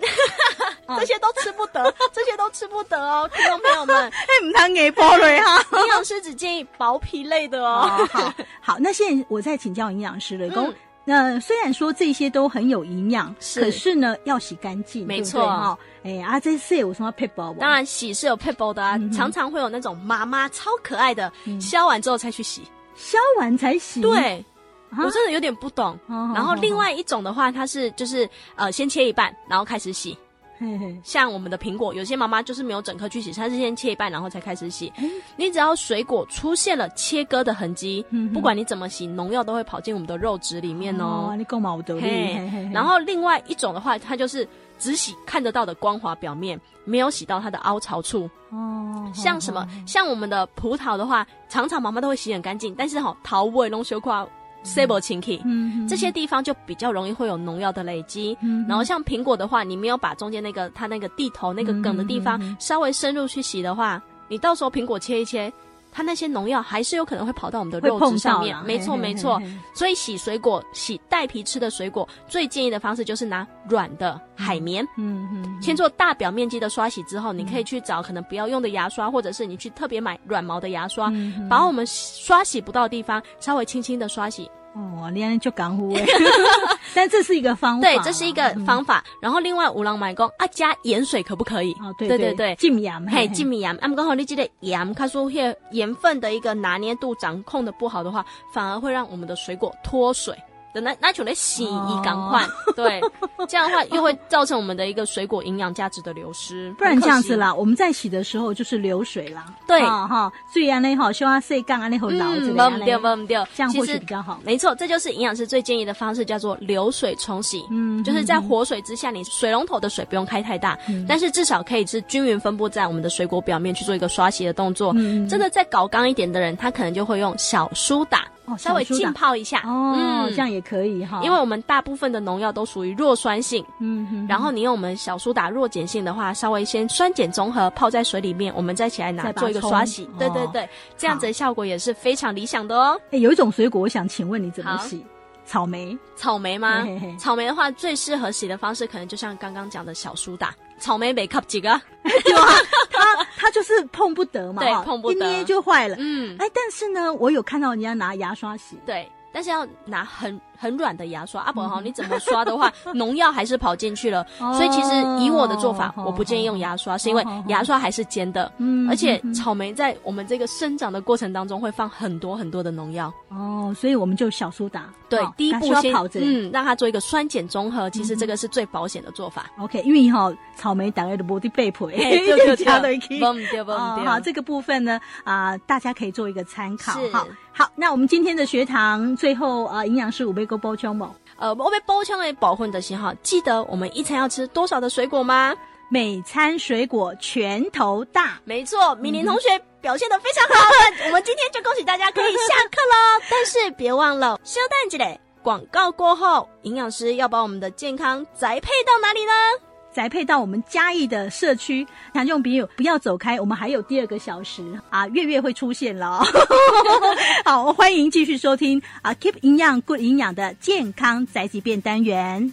Speaker 1: 嗯
Speaker 3: 这些都吃不得，这些都吃不得哦，听众朋友 们，
Speaker 1: 唔通给包了哈。
Speaker 3: 营养师只建议薄皮类的哦。
Speaker 1: 哦，好好，那现在我再请教营养师了，公、
Speaker 3: 嗯
Speaker 1: 那虽然说这些都很有营养，
Speaker 3: 是
Speaker 1: 可是呢要洗干净，
Speaker 3: 没
Speaker 1: 对不
Speaker 3: 错
Speaker 1: 对哈。哎、啊，这次有什么啊配包？
Speaker 3: 当，然洗是有 p e b 的啊，
Speaker 1: 嗯哼嗯
Speaker 3: 常常会有那种妈妈超可爱的，削完之后才去洗。
Speaker 1: 消完才洗。
Speaker 3: 对，
Speaker 1: 啊，
Speaker 3: 我真的有点不懂。
Speaker 1: 哦
Speaker 3: 然后另，外一种的话，它是就是呃先切一半，然后开始洗。
Speaker 1: 哦哦嘿嘿，
Speaker 3: 像我们的苹果，有些妈妈就是没有整颗去洗，她是先切一半，然后才开始洗
Speaker 1: 哎。
Speaker 3: 你只要水果出现了切割的痕迹
Speaker 1: 嗯，哼
Speaker 3: 不管你怎么洗，农药都会跑进我们的肉质里面哦。
Speaker 1: 你够毛的，
Speaker 3: 嘿
Speaker 1: 嘿嘿，
Speaker 3: 然后另外一种的话，它就是只洗看得到的光滑表面，没有洗到它的凹槽处。
Speaker 1: 哦，
Speaker 3: 像什么，像我们的葡萄的话，常常妈妈都会洗很干净，但是哈、桃味弄修块 s a b l e 清气，
Speaker 1: 嗯，嗯
Speaker 3: 这些，地方就比较容易会有农药的累积。
Speaker 1: 嗯
Speaker 3: 然后像苹果的话，你没有把中间那个它那个地头那个梗的地方
Speaker 1: 嗯嗯嗯嗯
Speaker 3: 稍微深入去洗的话，你到时候苹果切一切，它那些农药还是有可能会跑到我们的
Speaker 1: 会
Speaker 3: 肉质
Speaker 1: 碰
Speaker 3: 上
Speaker 1: 到
Speaker 3: 面
Speaker 1: 啦。
Speaker 3: 没错
Speaker 1: 嘿嘿
Speaker 3: 没错
Speaker 1: 嘿，嘿
Speaker 3: 所以洗水果、洗带皮吃的水果，最建议的方式就是拿软的海绵。
Speaker 1: 嗯嗯，
Speaker 3: 先做大表面积的刷洗之后，你可以去找可能不要用的牙刷，或者是你去特别买软毛的牙刷，
Speaker 1: 嗯嗯
Speaker 3: 把我们刷洗不到的地方稍微轻轻的刷洗。
Speaker 1: 哦，你安就港呼 哎， 但这是一个方法啦，嗯
Speaker 3: 对，这是一个方法。然后另外五郎买工啊，加盐水可不可以？
Speaker 1: 嗯哦，对
Speaker 3: 对
Speaker 1: 对
Speaker 3: 对。
Speaker 1: 浸盐，
Speaker 3: 嘿，浸米盐，啊俺们刚好你记得盐，他说些盐分的一个拿捏度掌控的不好的话，反而会让我们的水果脱水。等那那种的洗衣赶
Speaker 1: 哦
Speaker 3: 快，对，这样的话又会造成我们的一个水果营养价值的流失。
Speaker 1: 不然这样
Speaker 3: 很可惜
Speaker 1: 子，啦，我们在洗的时候就是流水啦。
Speaker 3: 对
Speaker 1: 哈哈，所以安内哈，希望细杠安内好啊老之类
Speaker 3: 嗯，
Speaker 1: 的
Speaker 3: 忘
Speaker 1: 安
Speaker 3: 不
Speaker 1: 内
Speaker 3: 掉，忘不掉。
Speaker 1: 这样
Speaker 3: 其
Speaker 1: 或许
Speaker 3: 实
Speaker 1: 比较好。
Speaker 3: 没错，这就是营养师最建议的方式，叫做流水冲洗。
Speaker 1: 嗯
Speaker 3: 就是在活水之下，你水龙头的水不用开太大，
Speaker 1: 嗯
Speaker 3: 但是至少可以是均匀分布在我们的水果表面去做一个刷洗的动作。
Speaker 1: 嗯嗯
Speaker 3: 真的再搞刚一点的人，他可能就会用小苏打、
Speaker 1: 哦
Speaker 3: 稍微
Speaker 1: 小苏打
Speaker 3: 浸泡一下。
Speaker 1: 哦，
Speaker 3: 嗯
Speaker 1: 这样也可以哈，
Speaker 3: 因为我们大部分的农药都属于弱酸性，
Speaker 1: 嗯哼，
Speaker 3: 然后你用我们小苏打弱碱性的话，稍微先酸碱中和泡在水里面，我们再起来拿
Speaker 1: 再把它
Speaker 3: 做一个
Speaker 1: 冲
Speaker 3: 刷洗
Speaker 1: 哦。
Speaker 3: 对对对，这样子的效果也是非常理想的哦。
Speaker 1: 诶哎有一种水果，我想请问你怎么
Speaker 3: 好
Speaker 1: 洗？草莓
Speaker 3: 草莓吗
Speaker 1: 嘿嘿嘿？
Speaker 3: 草莓的话，最适合洗的方式可能就像刚刚讲的小苏打，草莓没 cup 几个？
Speaker 1: 对吧？它它就是碰不得嘛，
Speaker 3: 对
Speaker 1: 哈
Speaker 3: 碰不
Speaker 1: 一
Speaker 3: 得
Speaker 1: 捏就坏了。
Speaker 3: 嗯，
Speaker 1: 哎，但是呢，我有看到人家拿牙刷洗，
Speaker 3: 对。但是要拿很很软的牙刷，阿
Speaker 1: 嗯
Speaker 3: 伯哈，你怎么刷的 话，农药还是跑进去了。
Speaker 1: 哦
Speaker 3: 所以其实以我的做法，
Speaker 1: 哦
Speaker 3: 我不建议用牙刷，是因为
Speaker 1: 哦
Speaker 3: 牙刷还是尖的，
Speaker 1: 嗯
Speaker 3: 而且
Speaker 1: 嗯嗯
Speaker 3: 草莓在我们这个生长的过程当中会放很多很多的农药。
Speaker 1: 哦，所以我们就小苏打，
Speaker 3: 对
Speaker 1: 哦，
Speaker 3: 第一
Speaker 1: 它
Speaker 3: 步
Speaker 1: 需要
Speaker 3: 先
Speaker 1: 跑着。
Speaker 3: 嗯，让它做一个酸碱中和，
Speaker 1: 嗯
Speaker 3: 其实这个是最保险的做 法。哎
Speaker 1: OK，因为哈、草莓大概都无得被配，
Speaker 3: 对对对
Speaker 1: 加了一起。
Speaker 3: 忘不掉，忘不
Speaker 1: 哦，
Speaker 3: 掉
Speaker 1: 好，这个部分呢，啊、大家可以做一个参考
Speaker 3: 是
Speaker 1: 哈。好，那我们今天的学堂最后啊、呃营养师五倍锅包圈某，
Speaker 3: 呃，我被包枪的保护你的型号，记得我们一餐要吃多少的水果吗？
Speaker 1: 每餐水果拳头大，
Speaker 3: 没错，敏玲同学表现的非常好，那我们今天就恭喜大家可以下课喽。 但是别忘了休蛋之类。广告过后，营养师要把我们的健康宅配到哪里呢？
Speaker 1: 宅配到我们嘉义的社区。听众朋友不要走开，我们还有第二个小时啊，月月会出现了 哦。好，欢迎继续收听啊，Keep 营养 Good 营养的健康宅急便单元。